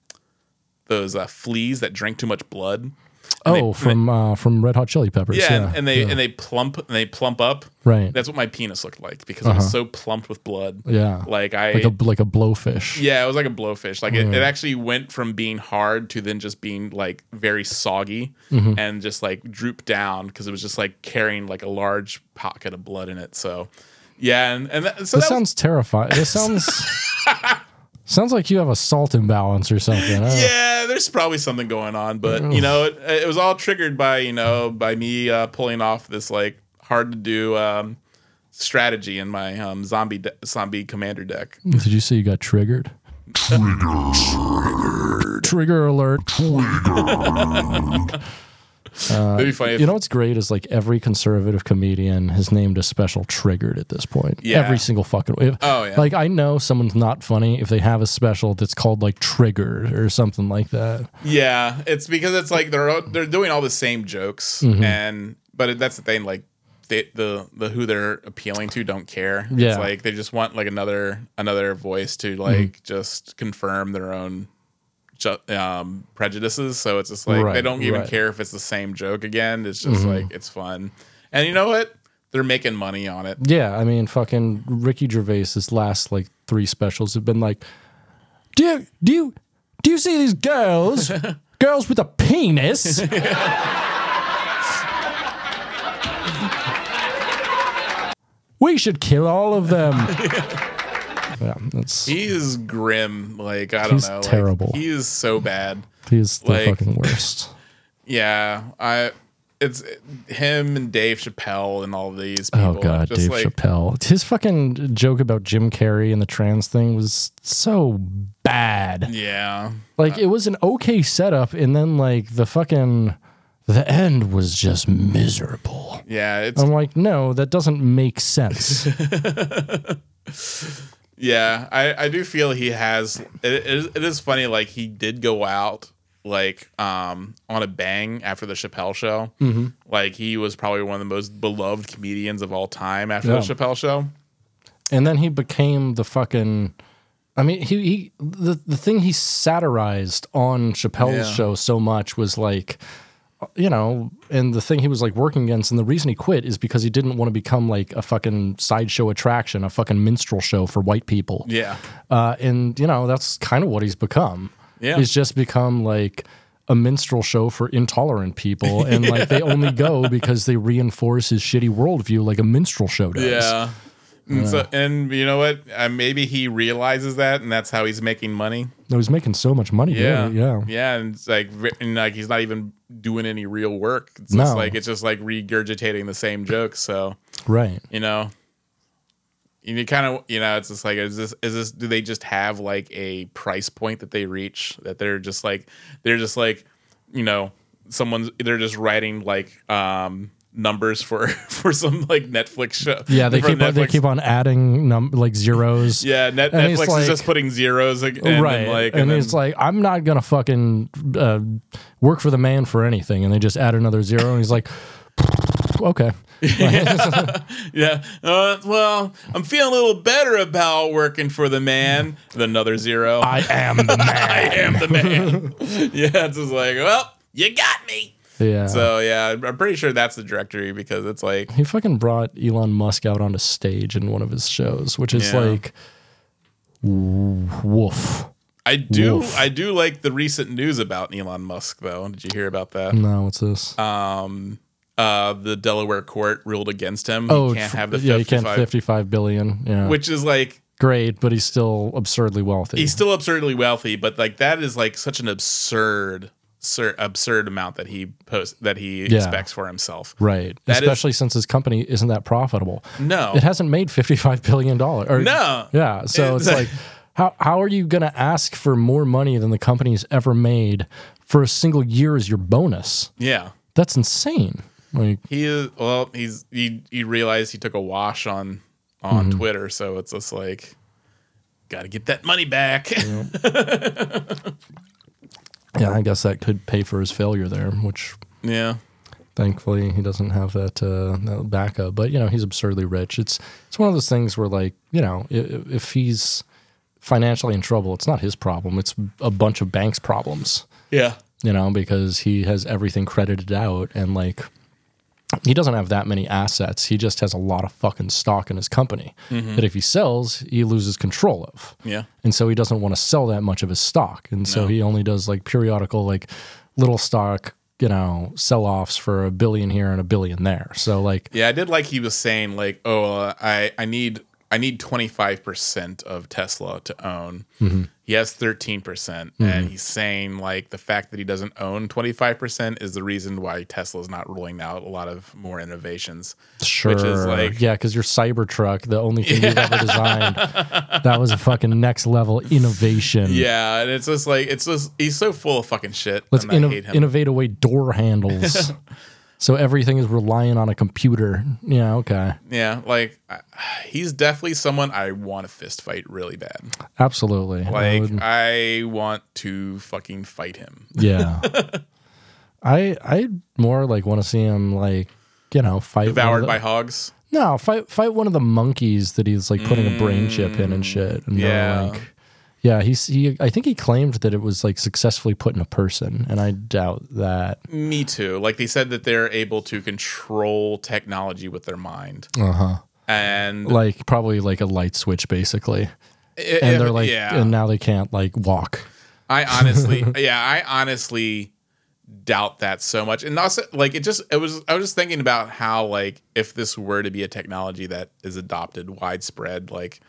those uh fleas that drink too much blood. And oh, from uh, from Red Hot Chili Peppers. they, Yeah, yeah, and- and they and they plump and they plump up. right. That's what my penis looked like because it was so plumped with blood. yeah, Uh-huh. like, Like I a like a blowfish. yeah, it was like a blowfish. Like Mm-hmm. it, it actually went from being hard to then just being like very soggy Mm-hmm. and just like drooped down because it was just like carrying like a large pocket of blood in it. So yeah, and, and that, so This that was- sounds terrifying. This [laughs] sounds sounds like you have a salt imbalance or something. I- yeah, there's probably something going on, but you know, it, it was all triggered by you know by me uh, pulling off this like hard to do um, strategy in my um, zombie de- zombie commander deck. Did you say you got triggered? Trigger. Trigger alert. It'd be funny if Uh, You know what's great is like every conservative comedian has named a special triggered at this point. Yeah. Every single fucking. If, Oh, yeah. Like I know someone's not funny if they have a special that's called like triggered or something like that. Yeah, it's because it's like they're they're doing all the same jokes, Mm-hmm. and but that's the thing. Like they, the the who they're appealing to don't care. Yeah. it's like they just want like another another voice to like Mm-hmm. just confirm their own ju- um, prejudices. So it's just like they Right, don't even right. Mm-hmm. care if it's the same joke again. It's just like it's fun, and you know what? They're making money on it. Yeah, I mean, fucking Ricky Gervais's last like three specials have been like, do you, do you, do you see these girls, [laughs] girls with a [laughs] penis? we should kill all of [laughs] them. yeah, that's He is grim. Like I don't He's know. like, terrible. he is so bad. he's the like- fucking worst. Yeah, I it's him and Dave Chappelle and all these Oh people. god, just Dave like, Chappelle. His fucking joke about Jim Carrey and the trans thing was so bad. Yeah, Like it was an okay setup, and then like the fucking the end was just miserable. yeah, it's I'm like, no, that doesn't make sense. yeah. I I do feel he has. It, it, is, it is funny. Like he did go out like um on a bang after the Chappelle show. Mm-hmm. Like he was probably one of the most beloved comedians of all time after Yeah. the Chappelle show. and then he became the fucking. I mean, he, he the the thing he satirized on Chappelle's Yeah. show so much was like, you know, and the thing he was like working against, and the reason he quit is because he didn't want to become like a fucking sideshow attraction, a fucking minstrel show for white people. Yeah, Uh, and you know that's kind of what he's become. Yeah. he's just become like a minstrel show for intolerant people, and [laughs] like they only go because they reinforce his shitty worldview, like a minstrel show does. yeah. And so and you know what? Uh, maybe he realizes that, and that's how he's making money. no, he's making so much money. Yeah, really, yeah, yeah, and it's like, ri- and like he's not even doing any real work. It's No. just like it's just like regurgitating the same jokes. So right. you know, and you kind of you know, it's just like, is this is this? Do they just have like a price point that they reach that they're just like they're just like you know someone's they're just writing like um numbers for [laughs] for some like Netflix show. Yeah, they for keep on, they Netflix. keep on adding num- like zeros. Yeah, Net- And Netflix it's is like- just putting zeros ag- and then, right. like and, it's like I'm not gonna fucking uh, work for the man for anything, and they just add another zero, and he's like, [laughs] [laughs] okay, yeah. Uh, well, I'm feeling a little better about working for the man. Then another zero. I, [laughs] I am the man. am the [laughs] man. yeah, it's just like, well, you got me. yeah. So yeah, I'm pretty sure that's the directory because it's like he fucking brought Elon Musk out onto stage in one of his shows, which is Yeah. like, woof. I do Woof. I do like the recent news about Elon Musk though. Did you hear about that? No, what's this? Um, Uh, the Delaware court ruled against him. he can't Oh, tr- have the 55, yeah, he can't fifty-five billion. Yeah, which is like great, but he's still absurdly wealthy. he's still absurdly wealthy, but like that is like such an absurd sur- absurd amount that he post that he Yeah. expects for himself. Right. That is- Especially since his company isn't that profitable. No. It hasn't made $55 billion. Or, No. Yeah. So it's, It's- like, how, how are you going to ask for more money than the company's ever made for a single year as your bonus? Yeah. That's insane. Like, He is well, he's he he realized he took a wash on on Mm-hmm. Twitter, so it's just like gotta get that money back. yeah, I guess that could pay for his failure there, which [laughs] yeah. thankfully he doesn't have that, uh, that backup. But, you know, he's absurdly rich. It's, it's one of those things where, like, you know, if, if he's financially in trouble, it's not his problem, it's a bunch of banks' problems. Yeah. you know, because he has everything credited out and like he doesn't have that many assets. He just has a lot of fucking stock in his company Mm-hmm. that if he sells, he loses control of. Yeah. And so he doesn't want to sell that much of his stock. And so he only does like periodical, like little stock, you know, sell offs for a billion here and a billion there. So, like, Yeah, I did like he was saying like, oh, uh, I I need I need twenty five percent of Tesla to own. Mm-hmm. He has thirteen percent, and he's saying like the fact that he doesn't own twenty five percent is the reason why Tesla's not rolling out a lot of more innovations. sure. Which is like, yeah, because your Cybertruck, the only thing [laughs] you've ever designed, that was a fucking next level innovation. yeah, and it's just like it's just he's so full of fucking shit. Let's and I inno- hate him. innovate away [laughs] door handles. so everything is relying on a computer. Yeah, okay. yeah, like I, he's definitely someone I want to fist fight really bad. Absolutely. I Like would- I want to fucking fight him. [laughs] yeah. I I more like want to see him like, you know, fight Devoured one by of hogs. the, No, fight fight one of the monkeys that he's like putting a brain chip in and shit. And they're Mm, Yeah. Like, yeah, he's he I think he claimed that it was like successfully put in a person, and I doubt that. Me too. Like they said that they're able to control technology with their mind. Uh huh. And Uh-huh. Like probably like a light switch basically. And they're like yeah. and now they can't like walk. I honestly, yeah, I honestly doubt that so much. And also, like, it just, it was, I was just thinking about how, like, if this were to be a technology that is adopted widespread, like,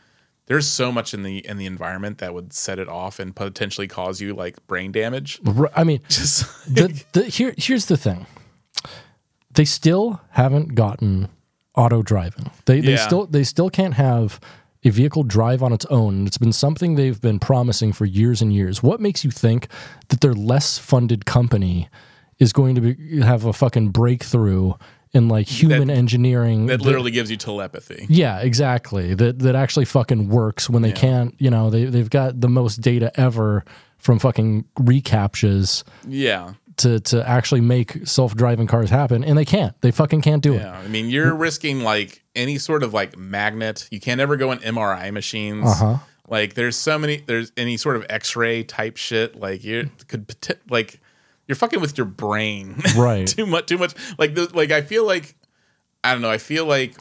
there's so much in the in the environment that would set it off and potentially cause you like brain damage. [laughs] R- I mean Just the, the, here, here's the thing. They still haven't gotten auto driving. They, they Yeah. still they still can't have a vehicle drive on its own. It's been something they've been promising for years and years. What makes you think that their less funded company is going to be, have a fucking breakthrough in like human engineering that literally gives you telepathy. yeah, exactly. That that actually fucking works when they can't, you know, they they've got the most data ever from fucking recaptures Yeah. to to actually make self-driving cars happen and they can't they fucking can't do Yeah, I mean, you're risking like any sort of like magnet. You can't ever go in MRI machines. Like, there's so many. There's any sort of X-ray type shit. Like, you could poti- like you're fucking with your brain. [laughs] it right too much. Too much. Like, the, like I feel like I don't know. I feel like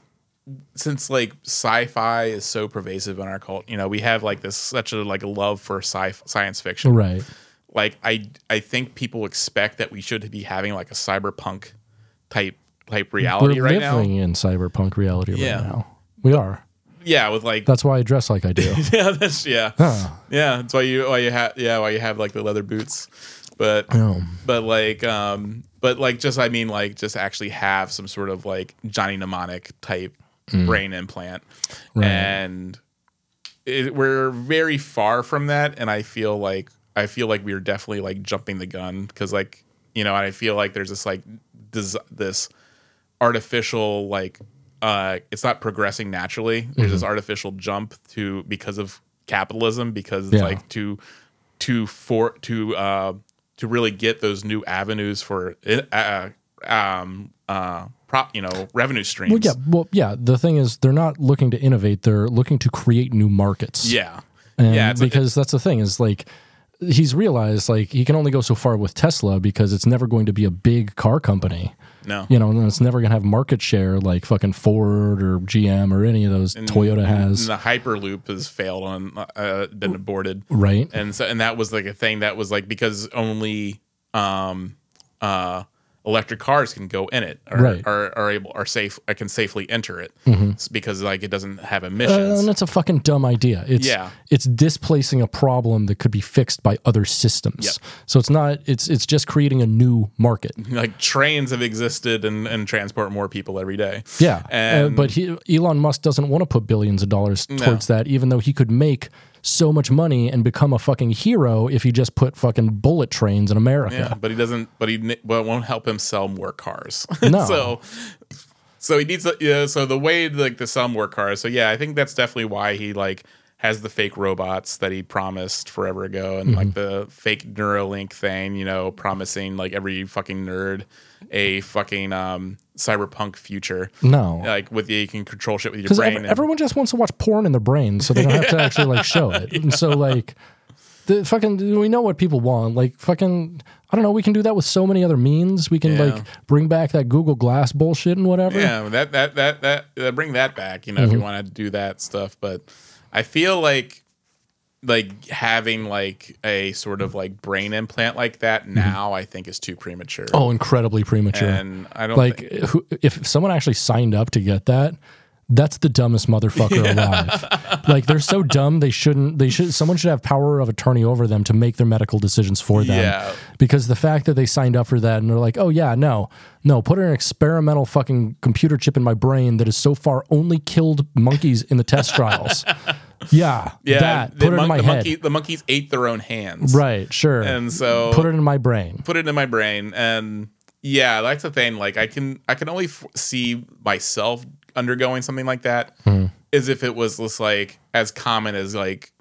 since like sci-fi is so pervasive in our cult, you know, we have like this such a like love for sci science fiction. right Like, I I think people expect that we should be having like a cyberpunk type type we're reality right now. living in cyberpunk reality Yeah. right now we are Yeah, with like that's why i dress like i do [laughs] yeah, that's yeah, yeah. That's why you why you have yeah why you have like the leather boots, but but like um but like just I mean like just actually have some sort of like Johnny mnemonic type Mm. brain implant, and it, we're very far from that, and I feel like I feel like we're definitely like jumping the gun because like you know and I feel like there's this like des- this artificial like uh it's not progressing naturally. There's Mm-hmm. this artificial jump to because of capitalism because it's Yeah. like to to for to uh to really get those new avenues for uh um uh prop you know revenue streams. Well, yeah. Well, yeah. The thing is, they're not looking to innovate. They're looking to create new markets. Yeah. And yeah, it's like- because that's the thing is like he's realized like he can only go so far with Tesla because it's never going to be a big car company. no. You know, and it's never going to have market share like fucking Ford or GM or any of those Toyota has, And the Hyperloop has failed on uh, been aborted, right? and so and that was like a thing that was like because only um uh electric cars can go in it or Right. Mm-hmm. are, are able are safe I can safely enter it It's because like it doesn't have Uh, emissions. and it's a fucking dumb idea. It's Yeah. it's displacing a problem that could be fixed by other systems. Yep. So it's not it's it's just creating a new market. like trains have existed and, and transport more people every day. Yeah, uh, And- but he, Elon Musk doesn't want to put billions of dollars towards that, even though he could make so much money and become a fucking hero if he just put fucking bullet trains in Yeah, America. but he doesn't. But he n- but it won't help him sell more cars. [laughs] No. so so he needs. to- Yeah. So the way like to sell more cars. So yeah, I think that's definitely why he like has the fake robots that he promised forever ago, and like Mm-hmm. the fake Neuralink thing. You know, promising like every fucking nerd a fucking um cyberpunk future. No, Like with you can control shit with your Mm-hmm. because brain. and- everyone just wants to watch porn in their brain, so they don't have to [laughs] actually like show it. And so like. The fucking we know what people want like fucking i don't know we can do that with so many other means we can Yeah. like bring back that google glass bullshit and whatever Yeah, that that that that uh, bring that back. You know, Mm-hmm. if you want to do that stuff, but I feel like like having like a sort of like brain implant like that now, I think is too premature. Mm-hmm. oh incredibly premature and I don't like think- who, if someone actually signed up to get that that's the dumbest motherfucker alive like they're so dumb they shouldn't they should someone should have power of attorney over them to make their medical decisions for them Yeah. because the fact that they signed up for that and they're like oh yeah no no put an experimental fucking computer chip in my brain that has so far only killed monkeys in the [laughs] test trials yeah yeah, that the, put it in mon- my the head monkey the monkeys ate their own hands, right sure And so put it in my brain put it in my brain and yeah that's the thing like i can i can only f- see myself undergoing something like that Hmm. as if it was just like as common as like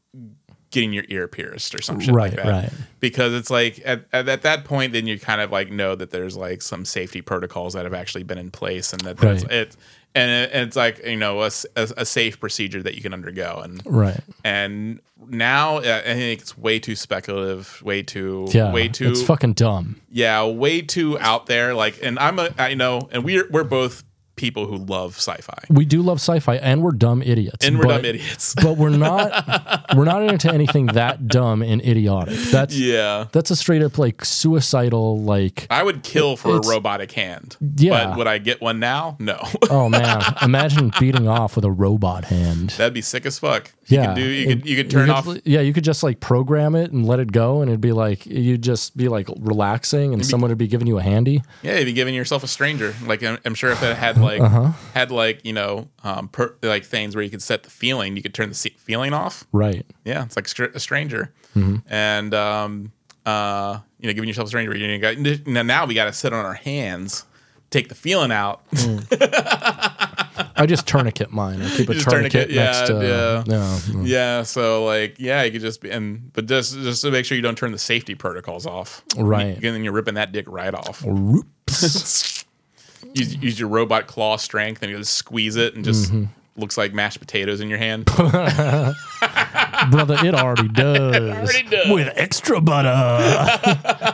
getting your ear pierced or some shit Right, like that right. because it's like at, at, at that point then you kind of like know that there's like some safety protocols that have actually been in place and that that's Right. it and, it, and it's like you know a, s- a- a safe procedure that you can undergo and right and now uh, i think it's way too speculative way too yeah way too it's fucking dumb yeah, way too out there. Like, and I'm a, I know, and we're we're both people who love sci-fi, we do love sci-fi and we're dumb idiots and we're but- dumb idiots. [laughs] but we're not we're not into anything that dumb and idiotic. That's yeah, that's a straight up like suicidal like I would kill for It's- a robotic hand. Yeah. but would I get one now? No, [laughs] oh man, imagine beating off with a robot hand. that'd be sick as fuck. yeah, you could do. You it- could you could turn off. Yeah, you could just like program it and let it go, and it'd be like you'd just be like relaxing, and someone would be giving you a handy. Yeah, you'd be giving yourself a stranger. Like I'm, I'm sure if it had like Uh-huh. had like you know um per, like things where you could set the feeling, you could turn the se- feeling off. Right. Yeah, it's like str- a stranger, Mm-hmm. and um, uh, you know, giving yourself a stranger. You know, you got, now- now we got to sit on our hands, take the feeling out. Mm-hmm. I just tourniquet mine. I keep a Just tourniquet, tourniquet, next yeah, to [laughs] yeah. yeah, so like, yeah, you could just be, and but just just to make sure you don't turn the safety protocols off. Right. and then you're ripping that dick right off. Oops. [laughs] Use, use your robot claw strength and you just squeeze it and just. Mm-hmm. Looks like mashed potatoes in your hand. [laughs] Brother, [laughs] it already does. with extra butter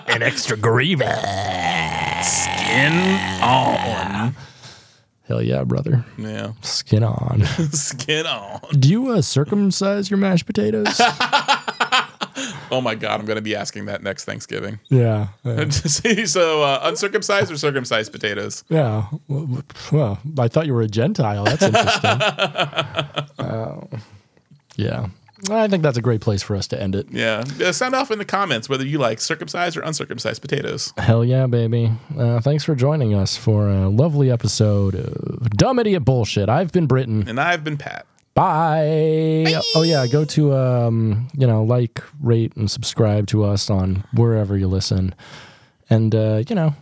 and extra gravy. Skin on. Hell yeah, brother. Yeah. [laughs] Skin on. Skin on. Do you uh, circumcise your mashed [laughs] potatoes? Oh my God, I'm going to be asking that next Thanksgiving. yeah. yeah. [laughs] so uh, uncircumcised or circumcised potatoes? Yeah. Well, well, I thought you were a Gentile. That's interesting. uh, yeah. I think that's a great place for us to end it. Yeah. Uh, Sound off in the comments whether you like circumcised or uncircumcised potatoes. Hell yeah, baby. Uh, thanks for joining us for a lovely episode of Dumb Idiot Bullshit. I've been Britain. And I've been Pat. Bye. Oh, yeah. Go to, um, you know, like, rate, and subscribe to us on wherever you listen. And, uh, you know,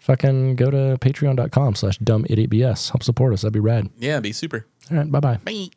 fucking go to patreon.com slash dumb idiot BS. Help support us. That'd be rad. Yeah, it'd be super. All right. Bye bye. Bye.